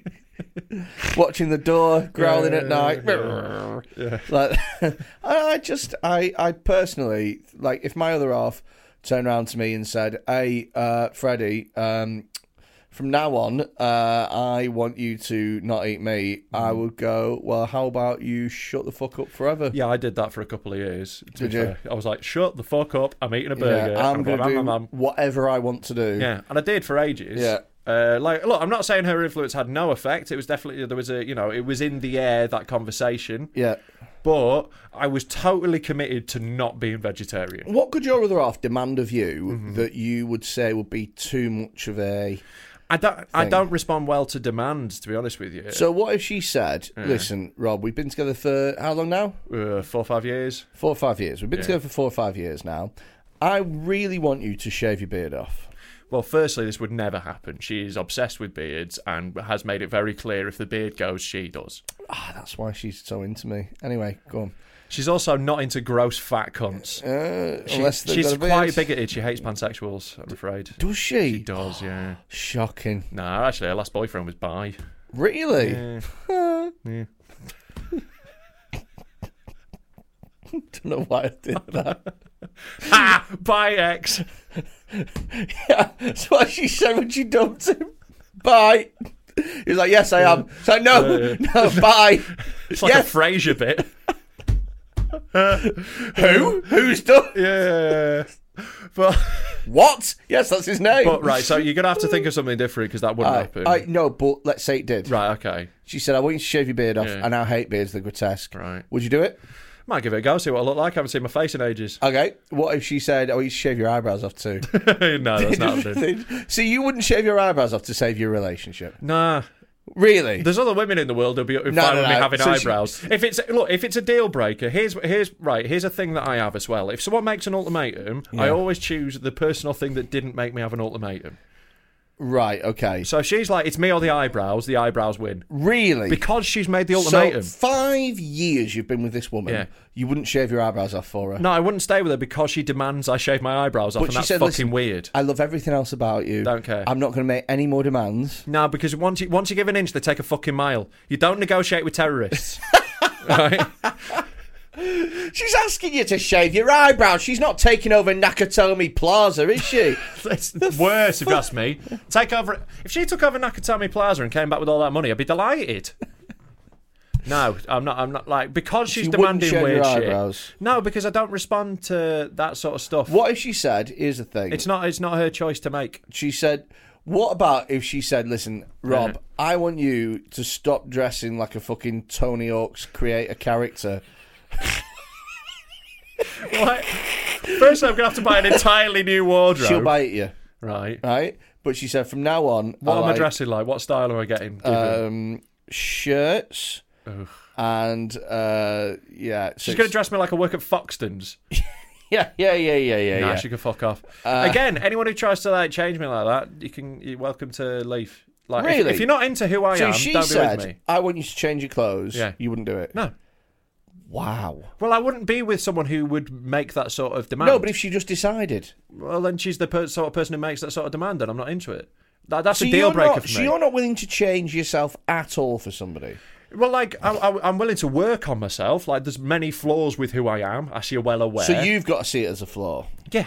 D: watching the door, growling at night. Like, I I just, I, I personally like if my other half turned around to me and said, "Hey, uh, Freddie, um, from now on, uh, I want you to not eat meat." I
C: Mm.
D: would go, "Well, how about you shut the fuck up forever?"
C: Yeah, I did that for a couple of years. To
D: Did
C: be
D: you?
C: fair. I was like, shut the fuck up. I'm eating a
D: Yeah,
C: burger.
D: I'm
C: going
D: gonna do whatever I want to do.
C: Yeah, and I did for ages.
D: Yeah.
C: Uh, like, look, I'm not saying her influence had no effect. It was definitely there was a, you know, it was in the air that conversation.
D: yeah.
C: But I was totally committed to not being vegetarian.
D: What could your other half demand of you
C: Mm-hmm.
D: that you would say would be too much of a?
C: I don't, I don't respond well to demands, to be honest with you.
D: So what if she said, "Listen, Rob, we've been together for how long now?
C: uh, four or five years.
D: Four or five years. We've been together for four or five years now. I really want you to shave your beard off."
C: Well, firstly, this would never happen. She is obsessed with beards and has made it very clear if the beard goes, she does.
D: Ah, that's why she's so into me. Anyway, go on.
C: She's also not into gross fat cunts.
D: Uh,
C: She-
D: unless they've
C: she's
D: got a beard.
C: quite bigoted. She hates pansexuals, I'm afraid.
D: Does she?
C: She does, yeah.
D: Shocking.
C: Nah, actually, her last boyfriend was bi.
D: Really? Don't know why I did that.
C: Ha! Bi ex!
D: yeah, that's what she said when she dumped him. Bye. He's like, yes, I am. It's like, no, no, bye.
C: It's like
D: Yes.
C: a Frasier bit.
D: Who? Who's done?
C: Yeah. But,
D: What? Yes, that's his name.
C: but right, so you're going to have to think of something different because that wouldn't
D: I,
C: happen.
D: I, no, but let's say it did.
C: right, okay.
D: She said, I want you to shave your beard off,
C: Yeah.
D: and I hate beards, they're grotesque.
C: Right.
D: Would you do it?
C: Might give it a go, see what I look like. I haven't seen my face in ages.
D: Okay. What if she said, I want you to shave your eyebrows off too?
C: no, that's not happening.
D: See, you wouldn't shave your eyebrows off to save your relationship.
C: Nah.
D: Really?
C: There's other women in the world who'll be fine
D: No, no,
C: with me
D: no.
C: having
D: So she-
C: eyebrows. If it's look, if it's a deal breaker, here's here's right. Here's a thing that I have as well. If someone makes an ultimatum, I always choose the personal thing that didn't make me have an ultimatum.
D: Right, okay.
C: So if she's like, it's me or the eyebrows. The eyebrows win
D: Really?
C: because she's made the
D: so,
C: ultimatum.
D: five years you've been with this woman,
C: Yeah.
D: you wouldn't shave your eyebrows off for her.
C: no, I wouldn't stay with her because she demands I shave my eyebrows off,
D: But
C: and
D: she
C: that's
D: said,
C: fucking
D: "Listen,
C: weird.
D: I love everything else about you.
C: Don't care.
D: I'm not going to make any more demands.
C: No, because once you, once you give an inch, they take a fucking mile. You don't negotiate with terrorists. right?
D: She's asking you to shave your eyebrows. She's not taking over Nakatomi Plaza, is she?
C: It's worse if you ask me. Take over. If she took over Nakatomi Plaza and came back with all that money, I'd be delighted. No, I'm not. I'm not like because she's
D: You wouldn't
C: demanding
D: shave
C: weird
D: your
C: shit.
D: eyebrows.
C: No, because I don't respond to that sort of stuff.
D: what if she said, here's the thing.
C: It's not. It's not her choice to make.
D: she said, what about if she said, listen,
C: Uh-huh.
D: Rob, I want you to stop dressing like a fucking Tony Hawk's creator character.
C: Like, first, I'm gonna have to buy an entirely new wardrobe.
D: She'll bite you,
C: right.
D: right? But she said, from now on,
C: What
D: I
C: am I
D: like uh,
C: dressing like? What style am I getting? Give it.
D: Um, shirts and, uh, yeah.
C: She's
D: six-
C: gonna dress me like I work at Foxtons.
D: Yeah, yeah, yeah, yeah, yeah.
C: nah,
D: yeah. Uh,
C: she can fuck off. Again, anyone who tries to like change me like that, you can. You're welcome to leave. Like, if- if,
D: Really?
C: you're not into who I
D: so
C: am,
D: she
C: don't be
D: said,
C: with me.
D: I want you to change your clothes.
C: Yeah.
D: You wouldn't do it.
C: No.
D: Wow.
C: Well, I wouldn't be with someone who would make that sort of demand.
D: No, but if she just decided.
C: well, then she's the per- sort of person who makes that sort of demand, and I'm not into it. That, that's
D: So
C: a deal
D: you're
C: breaker
D: not,
C: for
D: so
C: me.
D: you're not willing to change yourself at all for somebody.
C: Well, like I, I, I'm willing to work on myself. Like there's many flaws with who I am, as you're well aware.
D: So you've got to see it as a flaw.
C: yeah.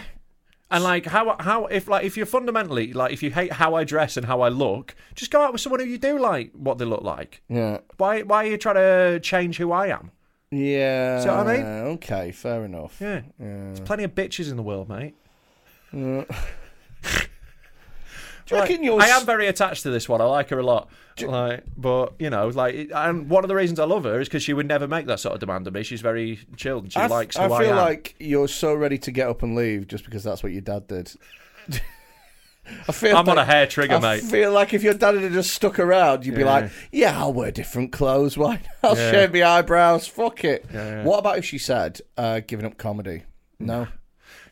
C: And like how how if like if you're fundamentally like if you hate how I dress and how I look, just go out with someone who you do like what they look like.
D: Yeah.
C: Why why are you trying to change who I am?
D: Yeah.
C: See what I mean?
D: Okay, fair enough.
C: Yeah. There's plenty of bitches in the world, mate.
D: Do you reckon you're
C: I am
D: s-
C: very attached to this one. I like her a lot. Like, but you know, like, it- and one of the reasons I love her is because she would never make that sort of demand of me. She's very chilled and she
D: I f-
C: likes who
D: I
C: I,
D: feel
C: am.
D: like you're so ready to get up and leave just because that's what your dad did. I feel
C: I'm on
D: like-
C: a hair trigger,
D: I
C: mate.
D: feel like if your dad had just stuck around, you'd be
C: Yeah.
D: like, "Yeah, I'll wear different clothes. Why? Not? I'll
C: Yeah.
D: shave my eyebrows. Fuck it."
C: yeah.
D: What about if she said, uh, "Giving up comedy"? No.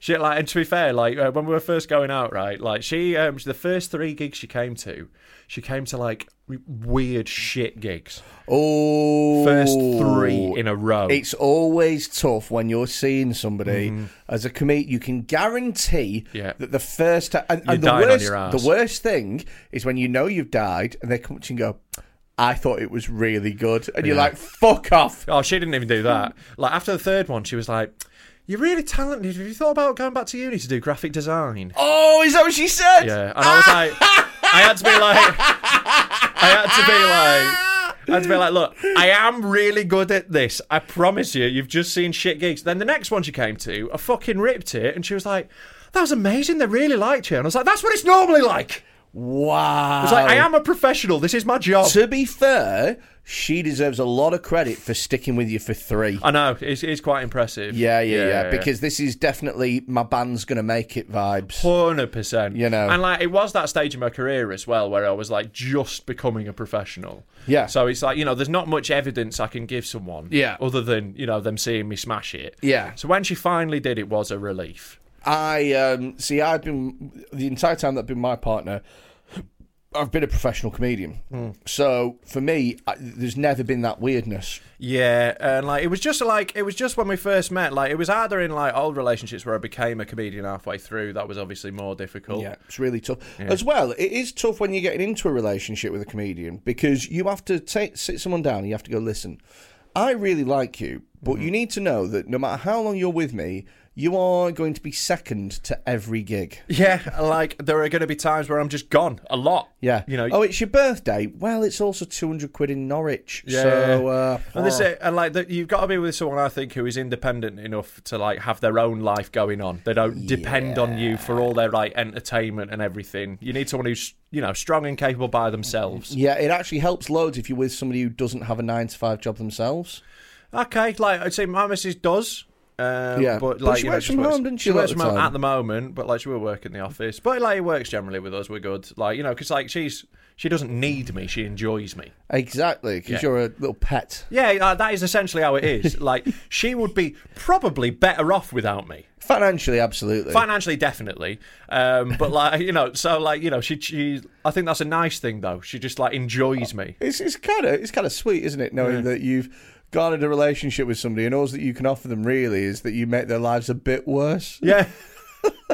C: She like, and to be fair, like uh, when we were first going out, right? Like she, um, the first three gigs she came to, she came to like w- weird shit gigs.
D: Oh,
C: First three in a row. Mm-hmm.
D: It's always tough when you're seeing somebody as a comedian. You can guarantee
C: Yeah.
D: that the first time, and,
C: You're
D: and the
C: dying on
D: worst,
C: your arse.
D: the worst thing is when you know you've died, and they come up to you and go, "I thought it was really good," and you're like, "Fuck off."
C: Oh, she didn't even do that. Like after the third one, she was like, You're really talented. Have you thought about going back to uni to do graphic design?
D: Oh, is that what she said?
C: Yeah, and I was like, I had to be like, I had to be like, I had to be like, look, I am really good at this. I promise you, you've just seen shit gigs. Then the next one she came to, I fucking ripped it, and she was like, that was amazing. They really liked you, and I was like, that's what it's normally like.
D: Wow.
C: It's like I am a professional. This is my job.
D: To be fair, she deserves a lot of credit for sticking with you for three.
C: I know it's, it's quite impressive.
D: Yeah, yeah, yeah, Because this is definitely my band's gonna make it vibes.
C: Hundred percent,
D: You know.
C: and like it was that stage in my career as well where I was like just becoming a professional.
D: Yeah.
C: So it's like you know, there's not much evidence I can give someone.
D: Yeah.
C: Other than you know them seeing me smash it.
D: Yeah.
C: So when she finally did, it was a relief.
D: I um, see. I've been the entire time that I've been my partner. I've been a professional comedian,
C: Hmm.
D: so for me, I, there's never been that weirdness.
C: Yeah, and like it was just like it was just when we first met. Like it was either in like old relationships where I became a comedian halfway through. That was obviously more difficult.
D: Yeah, it's really tough. As well, it is tough when you're getting into a relationship with a comedian because you have to take, sit someone down and you have to go, listen, I really like you, but
C: Hmm.
D: you need to know that no matter how long you're with me, you are going to be second to every gig.
C: Yeah, like there are going to be times where I'm just gone a lot.
D: Yeah.
C: You know.
D: oh, it's your birthday. Well, it's also 200 quid in Norwich.
C: Yeah.
D: So, uh,
C: and this, uh, and like that, you've got to be with someone I think who is independent enough to like have their own life going on. They don't depend on you for all their like entertainment and everything. You need someone who's you know strong and capable by themselves.
D: yeah, it actually helps loads if you're with somebody who doesn't have a nine to five job themselves.
C: Okay, like I'd say my missus does. Um,
D: Yeah,
C: but
D: but
C: like
D: she
C: you know,
D: works from home, doesn't she,
C: She
D: a lot
C: works
D: of
C: from home
D: time?
C: at the moment, but like she will work in the office. But like it works generally with us. We're good. Like you know, because like she's she doesn't need me. She enjoys me.
D: Exactly, because you're a little pet.
C: Yeah, like, that is essentially how it is. like she would be probably better off without me.
D: Financially, absolutely.
C: financially definitely um but like you know so like you know she she i think that's a nice thing though she just like enjoys me
D: It's it's kind of it's kind of sweet, isn't it? Knowing that you've garnered a relationship with somebody, and all that you can offer them really is that you make their lives a bit worse.
C: yeah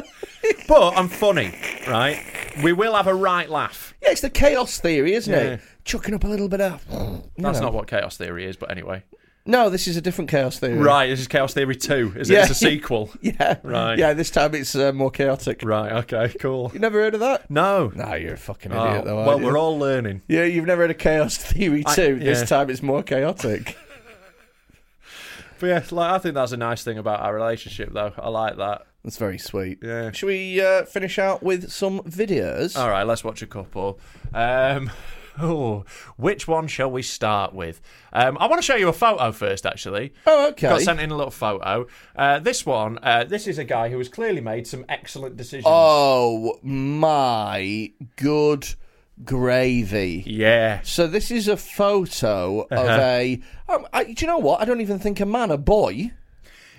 C: but i'm funny right we will have a right laugh
D: Yeah, it's the chaos theory, isn't
C: Yeah.
D: it? Chucking up a little bit of.
C: that's not what chaos theory is but anyway
D: No, this is a different chaos theory.
C: right this is chaos theory 2 is
D: Yeah.
C: it it's a sequel
D: Yeah.
C: Right.
D: Yeah. This time it's uh, more chaotic.
C: right okay cool
D: You never heard of that?
C: no
D: No, you're a fucking
C: Oh,
D: idiot, though.
C: well
D: aren't you?
C: we're all learning
D: Yeah, you've never heard of chaos theory
C: I-
D: too.
C: yeah.
D: This time it's more chaotic.
C: but yeah like i think that's a nice thing about our relationship though i like that
D: That's very sweet.
C: Yeah.
D: Should we uh, finish out with some videos?
C: All right, let's watch a couple. Um, oh, which one shall we start with? Um, I want to show you a photo first, actually.
D: Oh, okay.
C: Got sent in a little photo. Uh, this one, uh, this is a guy who has clearly made some excellent decisions.
D: Oh my good gravy.
C: yeah. Uh-huh.
D: So this is a photo of a. Um, I, do you know what? I don't even think a man, a boy.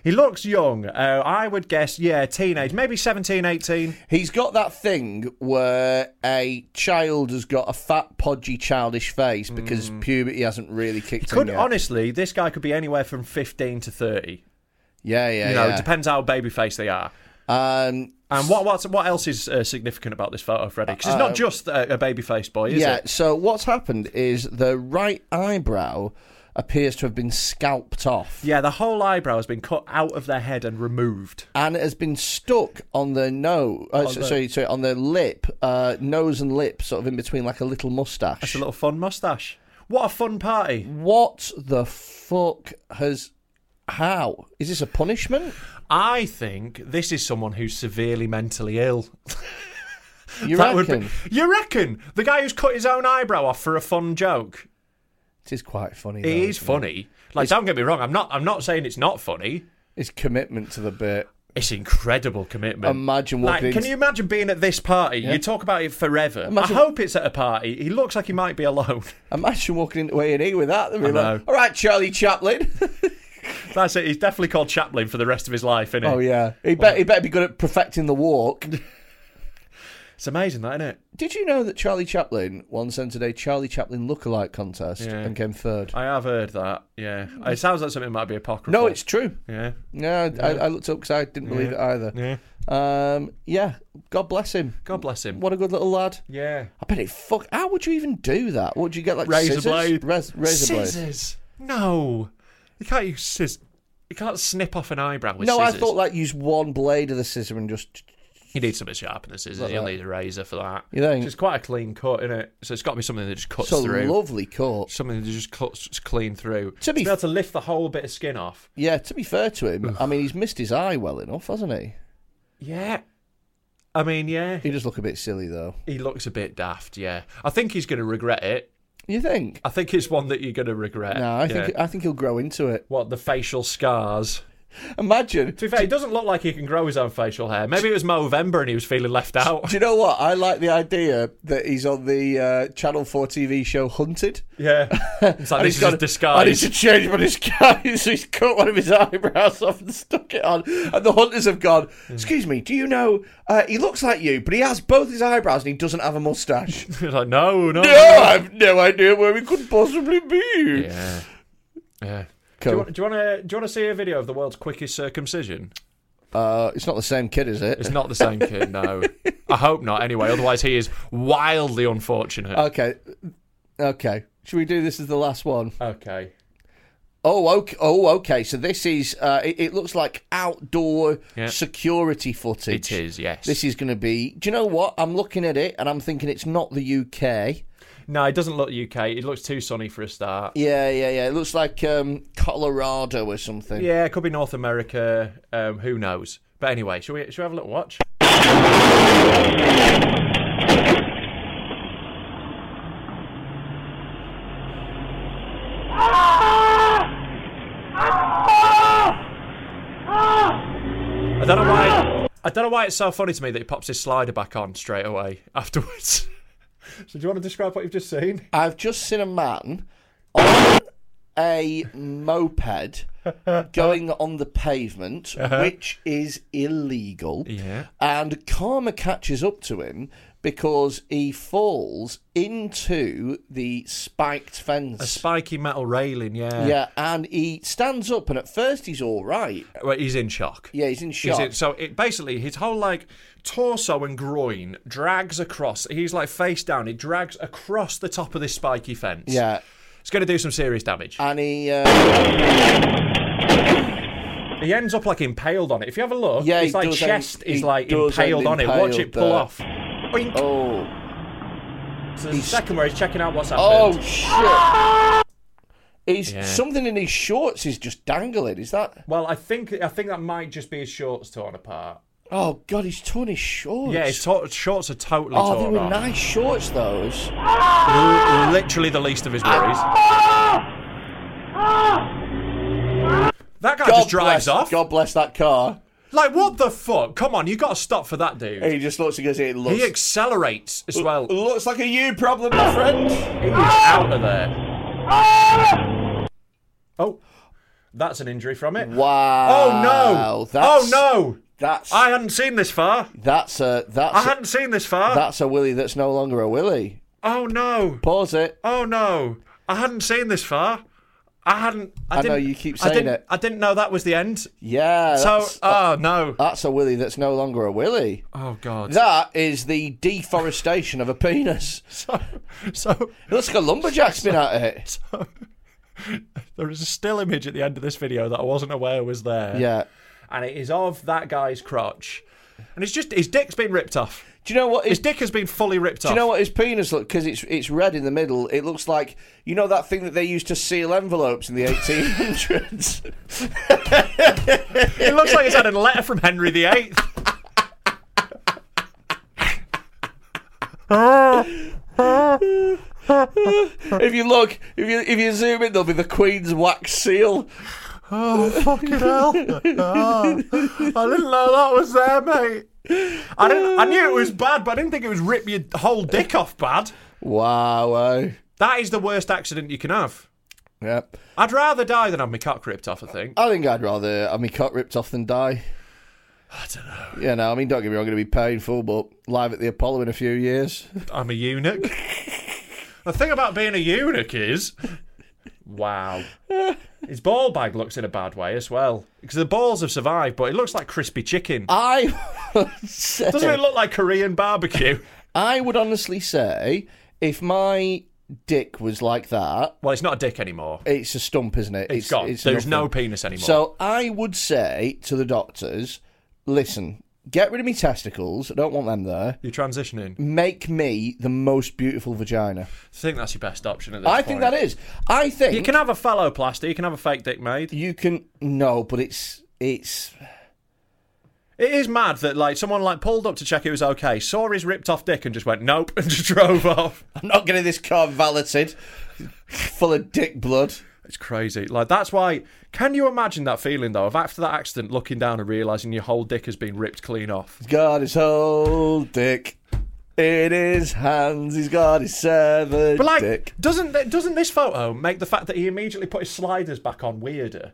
C: He looks young. Uh, I would guess, yeah, teenage, maybe 17, 18.
D: He's got that thing where a child has got a fat, podgy, childish face because
C: Mm.
D: puberty hasn't really kicked
C: Could,
D: in yet.
C: honestly, this guy could be anywhere from 15 to 30.
D: yeah, yeah,
C: you know,
D: yeah.
C: it depends how babyface they are.
D: um,
C: And what what's, what else is uh, significant about this photo, Freddie? Because it's not just a, a babyface boy, is
D: Uh, yeah.
C: it?
D: So what's happened is the right eyebrow appears to have been scalped off.
C: Yeah, the whole eyebrow has been cut out of their head and removed.
D: and it has been stuck on their nose. Uh, so- sorry, sorry, on their lip, uh, nose and lip, sort of in between, like a little mustache.
C: It's a little fun mustache. What a fun party.
D: what the fuck has? How is this a punishment?
C: I think this is someone who's severely mentally ill.
D: You
C: That would be-
D: reckon?
C: you reckon? The guy who's cut his own eyebrow off for a fun joke.
D: It is quite funny.
C: It
D: though,
C: is
D: isn't
C: funny. Like, don't get me wrong, I'm not I'm not saying it's not funny.
D: His commitment to the bit.
C: It's incredible commitment.
D: Imagine
C: Like,
D: walking.
C: can
D: into-
C: you imagine being at this party? You talk about it forever.
D: Imagine-
C: I hope it's at a party. He looks like he might be alone.
D: Imagine walking into A and E with that. They'd be
C: I
D: like,
C: know.
D: "All right, Charlie Chaplin."
C: That's it. He's definitely called Chaplin for the rest of his life, isn't he?
D: oh yeah, he bet he better be good at perfecting the walk.
C: It's amazing, that, isn't it?
D: Did you know that Charlie Chaplin once entered a Charlie Chaplin lookalike contest
C: Yeah.
D: and came third?
C: I have heard that. Yeah, it sounds like something might be apocryphal.
D: Mm. No, it's true.
C: yeah.
D: No, I, I looked up because I didn't believe it either.
C: Yeah.
D: Um, yeah, God bless him.
C: God bless him.
D: What a good little lad.
C: Yeah.
D: I bet it fuck. How would you even do that? What would you get like
C: Razor
D: scissors?
C: blade.
D: Raz- razor blade.
C: Scissors. No, you can't use scissors. You can't snip off an eyebrow with
D: no,
C: scissors.
D: I thought like use one blade of the scissor and just.
C: You need something sharp in the scissors.
D: Like
C: You'll
D: that.
C: need a razor for that.
D: You think?
C: It's quite a clean cut, isn't it? So it's got to be something that just cuts
D: It's a
C: through.
D: lovely cut.
C: Something that just cuts just clean through.
D: To be-
C: able to lift the whole bit of skin off.
D: Yeah, to be fair to him, I mean, he's missed his eye well enough, hasn't he?
C: Yeah. I mean, yeah.
D: He does look a bit silly though.
C: He looks a bit daft. Yeah. I think he's going to regret it.
D: You think?
C: I think it's one that you're going to regret.
D: No, I
C: Yeah.
D: think I think he'll grow into it.
C: What the facial scars?
D: Imagine.
C: To be fair, he doesn't look like he can grow his own facial hair. Maybe it was Movember and he was feeling left out.
D: Do you know what? I like the idea that he's on the uh, Channel Four TV show Hunted.
C: Yeah, it's like
D: And
C: this
D: he's
C: is
D: got-
C: his
D: I need to
C: disguise.
D: change my disguise. So he's cut one of his eyebrows off and stuck it on. And the hunters have gone,
C: Hmm.
D: Excuse me, do you know uh, he looks like you, but he has both his eyebrows and he doesn't have a mustache?
C: like no, no.
D: no, I've no idea where he could possibly be.
C: Yeah, yeah. Do you,
D: Cool.
C: want, do you want to do you want to see a video of the world's quickest circumcision?
D: Uh, it's not the same kid, is it?
C: It's not the same kid, no. I hope not. Anyway, otherwise he is wildly unfortunate.
D: Okay. Okay. Should we do this as the last one?
C: okay.
D: Oh, okay. Oh, okay. So this is. Uh, it, it looks like outdoor
C: Yeah.
D: security footage.
C: It is, yes.
D: This is going to be. Do you know what? I'm looking at it and I'm thinking it's not the UK.
C: No, it doesn't look UK. It looks too sunny for a start.
D: Yeah, yeah, yeah. It looks like um, Colorado or something.
C: Yeah, it could be North America. Um, who knows? But anyway, shall we, shall we have a little watch? I don't know why. I don't know why it's so funny to me that he pops his slider back on straight away afterwards. so, do you want to describe what you've just seen?
D: I've just seen a man on a moped going on the pavement, which is illegal.
C: Uh-huh. Yeah.
D: And karma catches up to him because he falls into the spiked
C: A
D: fence.
C: spiky metal railing. Yeah.
D: yeah, and he stands up, and at first he's all right.
C: Well, he's in shock.
D: Yeah, he's in
C: Is
D: shock.
C: it, so it basically his whole like torso and groin drags across. He's like face down. He drags across the top of this spiky fence.
D: yeah,
C: it's going to do some serious damage.
D: and he uh,
C: he ends up like impaled on it. If you have a look,
D: Yeah,
C: his
D: he
C: like
D: does
C: chest
D: end-
C: is
D: he
C: like
D: does end
C: impaled on it. Watch it
D: impaled
C: pull
D: there.
C: off. Oink.
D: oh
C: so there's a second where he's checking out what's
D: oh
C: happened.
D: shit. He's,
C: Yeah.
D: Something in his shorts is just dangling. Is that?
C: Well, I think I think that might just be his shorts torn apart.
D: Oh god, he's torn his shorts.
C: Yeah, his to- shorts are totally
D: Oh, they
C: torn
D: were
C: off.
D: nice shorts, those.
C: Ah, L- literally the least of his
D: Ah.
C: worries. That guy just drives
D: bless,
C: off.
D: God bless that car.
C: Like, what the fuck? Come on, you got to stop for that dude.
D: He just looks and goes, it looks,
C: he accelerates as well. He is
D: looks like a you problem, my friend.
C: out of there. Oh, that's an injury from it. Oh,
D: Wow.
C: no.
D: That's,
C: Oh, no.
D: That's
C: I hadn't seen this far.
D: that's a that's
C: I
D: a-
C: hadn't uh, seen this far.
D: that's a willy that's no longer a willy.
C: Oh, no.
D: Pause it.
C: Oh, no. I hadn't seen this far. I hadn't. I,
D: I
C: didn't,
D: know you keep
C: I
D: saying
C: didn't,
D: it.
C: I didn't know that was the end.
D: Yeah.
C: So,
D: That's,
C: oh, no.
D: that's a willy that's no longer a willy.
C: Oh, God.
D: That is the deforestation of a penis.
C: So, so,
D: It looks like a lumberjack's been at it.
C: so there is a still image at the end of this video that I wasn't aware was there.
D: Yeah.
C: And it is of that guy's crotch. And it's just his dick's been ripped off.
D: Do you know what?
C: His
D: His,
C: dick has been fully ripped
D: do
C: off.
D: you know what his penis look? Because it's it's red in the middle. It looks like you know that thing that they used to seal envelopes in the 1800s.
C: It looks like it's had a letter from Henry VIII.
D: if you look, if you if you zoom in, there'll be the Queen's wax seal.
C: Oh, Fucking hell. I didn't know that was there, mate. I didn't. I knew it was bad, but I didn't think it was rip your whole dick off bad.
D: Wow. oh.
C: That is the worst accident you can have.
D: Yep.
C: I'd rather die than have my cock ripped off. I think.
D: I think I'd rather have my cock ripped off than die.
C: I don't know.
D: Yeah, no, I mean, don't get me wrong, going to be painful, but live at the Apollo in a few years.
C: I'm a eunuch. the thing about being a eunuch is, wow, his ball bag looks in a bad way as well because the balls have survived, but it looks like crispy chicken.
D: I would say,
C: Doesn't it look like Korean barbecue?
D: I would honestly say if my dick was like that,
C: Well, it's not a dick anymore.
D: it's a stump, isn't it?
C: it's gone. There's no
D: nothing.
C: penis anymore.
D: So I would say to the doctors, listen, get rid of me testicles. I don't want them there.
C: you're transitioning.
D: Make me the most beautiful vagina.
C: I think that's your best option at this
D: I think that is. I think
C: You can have a phalloplasty. You can have a fake dick made.
D: You can no, but it's it's
C: It is mad that like someone like pulled up to check it was okay, saw his ripped off dick, and just went nope, and just drove off.
D: I'm not getting this car valeted full of dick blood.
C: It's crazy. Like that's why. Can you imagine that feeling though of after that accident, looking down and realizing your whole dick has been ripped clean off?
D: He's got his whole dick in his hands. He's got his severed
C: But like,
D: dick.
C: doesn't th- doesn't this photo make the fact that he immediately put his sliders back on weirder?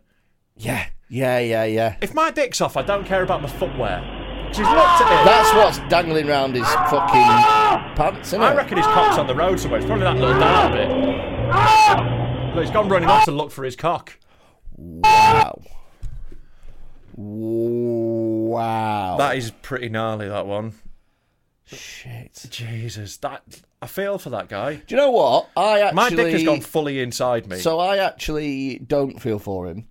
D: Yeah, yeah, yeah, yeah.
C: If my dick's off, I don't care about my footwear. She's looked at it.
D: That's what's dangling round his fucking pants, isn't it?
C: I reckon his cock's on the road somewhere. It's probably that little dark bit. Look, he's gone running off to look for his cock.
D: Wow. Wow.
C: That is pretty gnarly. That one.
D: shit.
C: Jesus, that I feel for that guy.
D: Do you know what? I actually
C: My dick has gone fully inside me.
D: So I actually don't feel for him.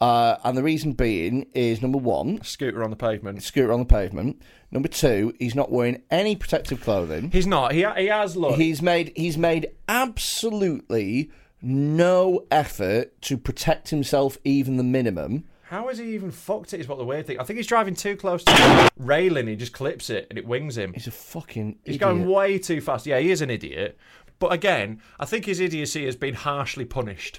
D: Uh, and the reason being is number one,
C: Scooter on the pavement.
D: scooter on the pavement. Number two, he's not wearing any protective clothing.
C: He's not. He he has looked.
D: He's made he's made absolutely no effort to protect himself even the minimum.
C: How has he even fucked it? Is what the weird thing. I think he's driving too close to the railing. He just clips it and it wings him.
D: He's a fucking
C: He's
D: idiot.
C: going way too fast. Yeah, he is an idiot. But again, I think his idiocy has been harshly punished.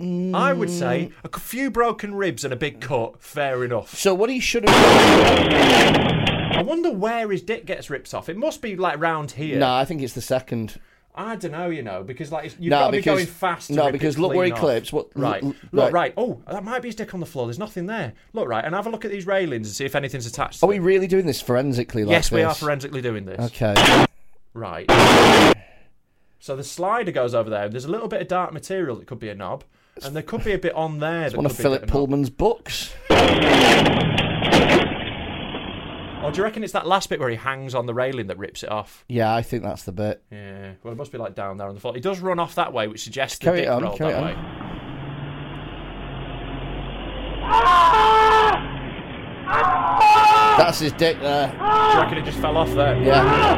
C: I would
D: Mm.
C: say a c- few broken ribs and a big cut, fair enough.
D: So what he should have
C: I wonder where his dick gets ripped off. It must be like round here.
D: No, I think it's the second.
C: I don't know, you know, because like it's- you've
D: No,
C: got to be
D: because-
C: going fast. to
D: no,
C: rip it
D: because look where he
C: clean off.
D: clips. What-
C: right,
D: l- l-
C: look
D: right.
C: right. Oh, that might be his dick on the floor. There's nothing there. Look right, and have a look at these railings and see if anything's attached. To
D: Are we
C: them.
D: really doing this forensically like
C: yes, we are
D: this?
C: forensically doing this.
D: Okay.
C: Right. So the slider goes over there. and There's a little bit of dark material that could be a knob, and there could be a bit on there. that
D: One of
C: could be a bit
D: Philip
C: of knob.
D: Pullman's books.
C: Or Oh, do you reckon it's that last bit where he hangs on the railing that rips it off?
D: Yeah, I think that's the bit.
C: Yeah. Well, it must be like down there on the floor. He does run off that way, which suggests the
D: Carry it
C: dick
D: on,
C: rolled
D: carry
C: that
D: it
C: way.
D: That's his dick there.
C: Do you reckon it just fell off there?
D: Yeah.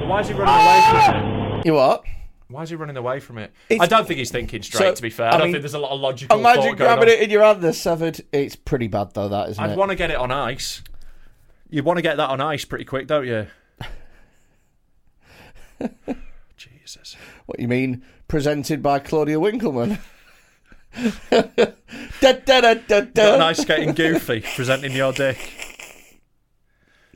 C: But why is he running away from it?
D: You what?
C: Why is he running away from it?
D: It's-
C: I don't think he's thinking straight.
D: So,
C: to be fair, I,
D: I
C: don't
D: mean,
C: think there's a lot of logical.
D: Imagine
C: thought going
D: grabbing
C: on.
D: it in your hand, the severed. It's pretty bad though, that isn't
C: I'd
D: it?
C: want to get it on ice. You want to get that on ice pretty quick, don't you? Jesus.
D: What you mean? Presented by Claudia Winkleman. da, da, da, da,
C: Got an
D: da.
C: ice skating goofy presenting your dick.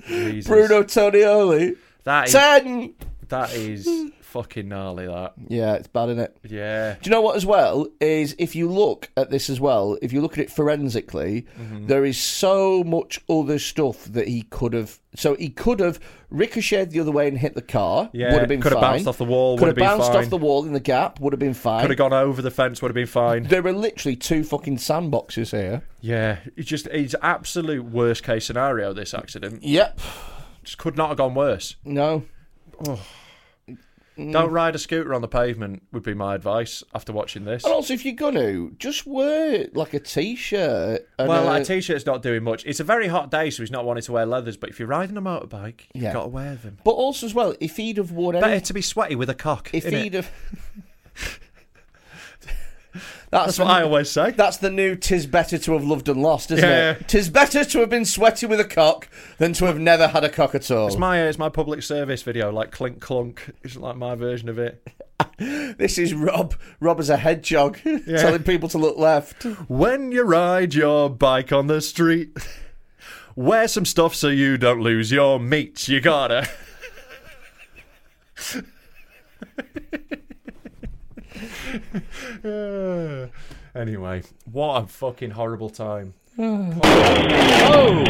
C: Jesus.
D: Bruno Tonioli.
C: That is,
D: Ten.
C: that is fucking gnarly. That.
D: Yeah, it's bad, isn't it?
C: Yeah.
D: Do you know what, as well, is if you look at this as well, if you look at it forensically,
C: Mm-hmm.
D: there is so much other stuff that he could have. So he could have ricocheted the other way and hit the car.
C: Yeah,
D: would have been
C: could have
D: fine.
C: bounced off the wall,
D: Could
C: would have been
D: bounced
C: fine.
D: off the wall in the gap. Would have been fine.
C: Could have gone over the fence. Would have been fine.
D: There are literally two fucking sandboxes here.
C: Yeah. It's just it's absolute worst case scenario. This accident
D: Yep.
C: just could not have gone worse.
D: No. Mm.
C: Don't ride a scooter on the pavement would be my advice after watching this.
D: And also, if you're gonna, just wear like a t-shirt. And
C: Well,
D: a-
C: a t-shirt's not doing much. It's a very hot day, so he's not wanting to wear leathers. But if you're riding a motorbike, you've
D: Yeah.
C: got to wear them.
D: but also as well, if he'd have worn any,
C: Better to be sweaty with a cock.
D: if
C: innit?
D: he'd have.
C: That's
D: the-
C: what I always say.
D: That's the new "tis better to have loved and lost," isn't
C: Yeah.
D: it? "Tis better to have been sweaty with a cock than to have never had a cock at all."
C: It's my uh, it's my public service video, like clink clunk. It's like my version of it.
D: This is Rob. Rob as a hedgehog, telling people to look left.
C: When you ride your bike on the street, wear some stuff so you don't lose your meat. You gotta. Uh, anyway, what a fucking horrible time.
D: Oh,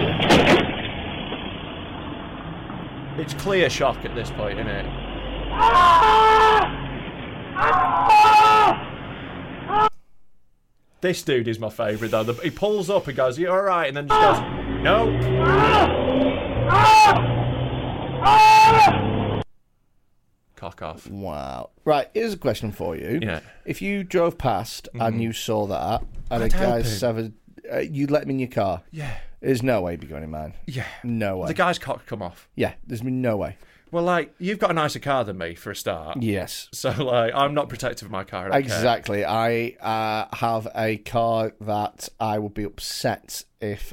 C: It's clear shock at this point, isn't it? This dude is my favourite though. The, he pulls up and goes, "You all right?" and then just goes, "No." Cock fuck off.
D: Wow. Right, here's a question for you.
C: Yeah. Mm-hmm.
D: If you drove past and you saw that, and a
C: help
D: guy's
C: him.
D: severed, uh, you'd let him in your car.
C: Yeah.
D: There's no way he'd be going in mine.
C: Yeah.
D: No way.
C: The guy's cock come off.
D: Yeah, there's been no way.
C: Well, like you've got a nicer car than me for a start.
D: Yes.
C: So like I'm not protective of my car. I don't care.
D: Exactly. I uh, have a car that I would be upset if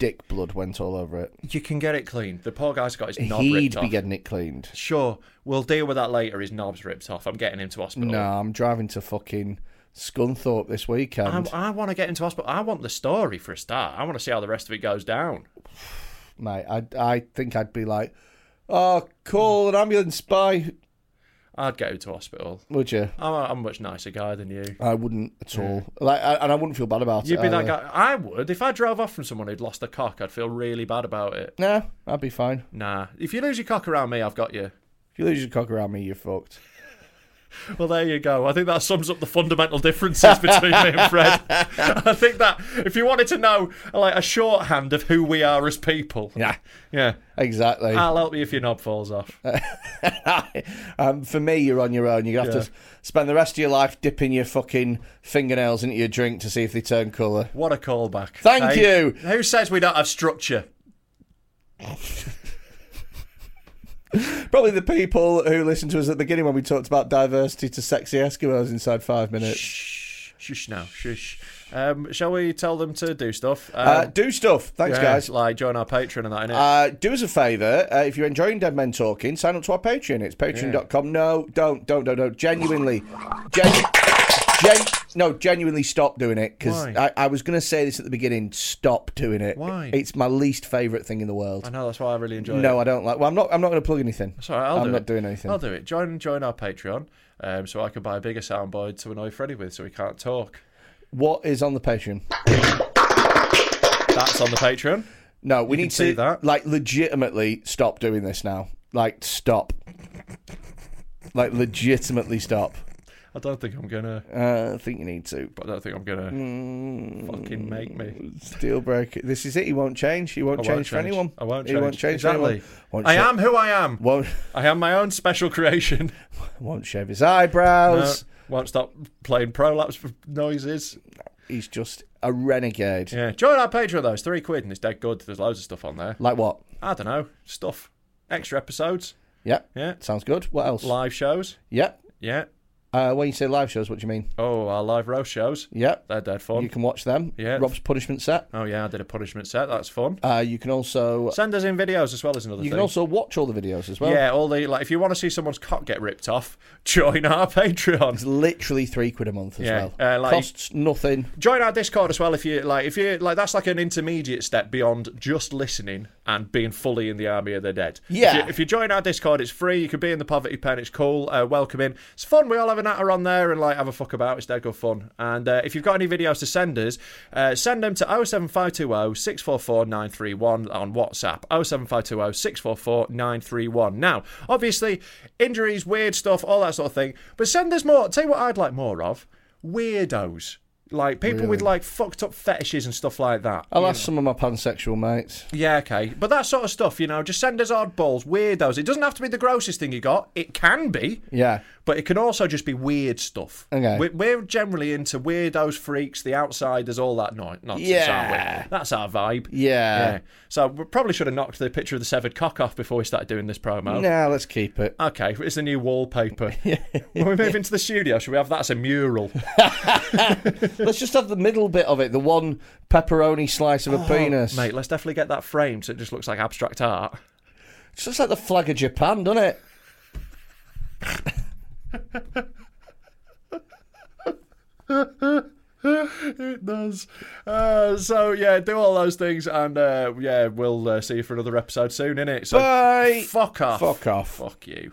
D: dick blood went all over it.
C: You can get it cleaned. The poor guy's got his knob
D: He'd
C: ripped
D: be
C: off.
D: getting it cleaned.
C: Sure, we'll deal with that later. His knob's ripped off. I'm getting him to hospital.
D: No, I'm driving to fucking Scunthorpe this weekend.
C: I, I want to get into hospital. I want the story for a start. I want to see how the rest of it goes down.
D: Mate, I, I think I'd be like, oh, call an ambulance by.
C: I'd get him to hospital.
D: Would you?
C: I'm a, I'm a much nicer guy than you.
D: I wouldn't at all. Like, I, and I wouldn't feel bad about it.
C: You'd be that
D: either.
C: guy. I would. If I drove off from someone who'd lost a cock, I'd feel really bad about it.
D: No, I'd be fine.
C: Nah. If you lose your cock around me, I've got you.
D: If you lose your cock around me, you're fucked.
C: Well, there you go. I think that sums up the fundamental differences between me and Fred. I think that if you wanted to know, like a shorthand of who we are as people,
D: Yeah,
C: yeah,
D: exactly.
C: I'll help you if your knob falls off.
D: um, for me, you're on your own. You have
C: Yeah.
D: to spend the rest of your life dipping your fucking fingernails into your drink to see if they turn colour.
C: What a callback!
D: Thank you.
C: Who says we don't have structure?
D: Probably the people who listened to us at the beginning when we talked about diversity to sexy Eskimos inside five minutes.
C: Shh, shush now, shush. Um, shall we tell them to do stuff? Um,
D: Uh, do stuff. Thanks,
C: yeah,
D: guys.
C: Like join our Patreon and that. Innit?
D: Uh, do us a favour, uh, if you're enjoying Dead Men Talking, sign up to our Patreon. It's patreon.com. No, don't, don't, don't, don't. Genuinely. Gen- gen- no, genuinely stop doing it because
C: Why?
D: I, I was going to say this at the beginning. Stop doing it.
C: Why?
D: It's my least favourite thing in the
C: I
D: world.
C: know that's why I really enjoy it.
D: No, I don't like. Well, I'm not. I'm not going to plug anything.
C: Sorry, I'll
D: am
C: do
D: not
C: it.
D: doing anything.
C: I'll do it. Join join our Patreon, um, so I can buy a bigger soundboard to annoy Freddy with, so he can't talk.
D: What is on the Patreon?
C: That's on the Patreon.
D: No, we
C: You can
D: need
C: see
D: to
C: that.
D: like legitimately stop doing this now. Like stop. like legitimately stop.
C: I don't think I'm gonna.
D: Uh, I think you need to.
C: But I don't think I'm gonna
D: Mm.
C: fucking make me.
D: It's Deal breaker. This is it. He won't change. He won't,
C: I
D: change, for anyone.
C: I won't
D: He
C: change.
D: won't change
C: exactly.
D: for anyone. Won't
C: I
D: sha-
C: am who I am.
D: Won't,
C: I am my own special creation.
D: won't shave his eyebrows.
C: No, won't stop playing prolapse noises.
D: He's just a renegade.
C: Yeah, join our Patreon though. It's three quid and it's dead good. There's loads of stuff on there.
D: Like what?
C: I don't know stuff, extra episodes,
D: Yep.
C: Yeah.
D: Sounds good. What else?
C: live shows.
D: Yep.
C: Yeah.
D: Uh, when you say live shows, what do you mean?
C: Oh, our live roast shows.
D: Yep.
C: They're dead fun.
D: You can watch them.
C: Yeah.
D: Rob's punishment set.
C: Oh yeah, I did a punishment set. That's fun.
D: Uh, you can also
C: Send us in videos as well as another
D: you
C: thing.
D: can also watch all the videos as well.
C: yeah, all the like. If you want to see someone's cock get ripped off, join our Patreon.
D: It's literally three quid a month as
C: Yeah,
D: well.
C: uh, like-
D: Costs nothing.
C: Join our Discord as well if you like. If you like, that's like an intermediate step beyond just listening and being fully in the army of the dead.
D: Yeah.
C: If you, if you join our Discord, it's free. You can be in the poverty pen. It's cool. Uh, welcome in. It's fun. We all have an natter on there and like have a fuck about. It's dead good fun. And uh, if you've got any videos to send us, uh, send them to 07520 644 931 on WhatsApp. 07520 644 931. Now, obviously, injuries, weird stuff, all that sort of thing. But send us more. Tell you what I'd like more of weirdos. Like people with like fucked up fetishes and stuff like that.
D: I'll ask some of my pansexual mates.
C: Yeah, okay. But that sort of stuff, you know, just send us oddballs, weirdos. It doesn't have to be the grossest thing you got. It can be,
D: Yeah.
C: but it can also just be weird stuff.
D: Okay.
C: We're, we're generally into weirdos, freaks, the outsiders, all that no- nonsense,
D: Yeah.
C: aren't we? That's our vibe.
D: Yeah.
C: So we probably should have knocked the picture of the severed cock off before we started doing this promo.
D: Nah, let's keep it.
C: Okay, it's the new wallpaper. when we move into the studio, should we have that as a mural?
D: Let's just have the middle bit of it, the one pepperoni slice of a penis.
C: Oh, Mate, let's definitely get that framed so it just looks like abstract art.
D: It's just like the flag of Japan, doesn't it?
C: It does. Uh, so yeah, do all those things, and uh, yeah, we'll uh, see you for another episode soon, innit? So
D: Bye.
C: Fuck off.
D: Fuck off.
C: Fuck you.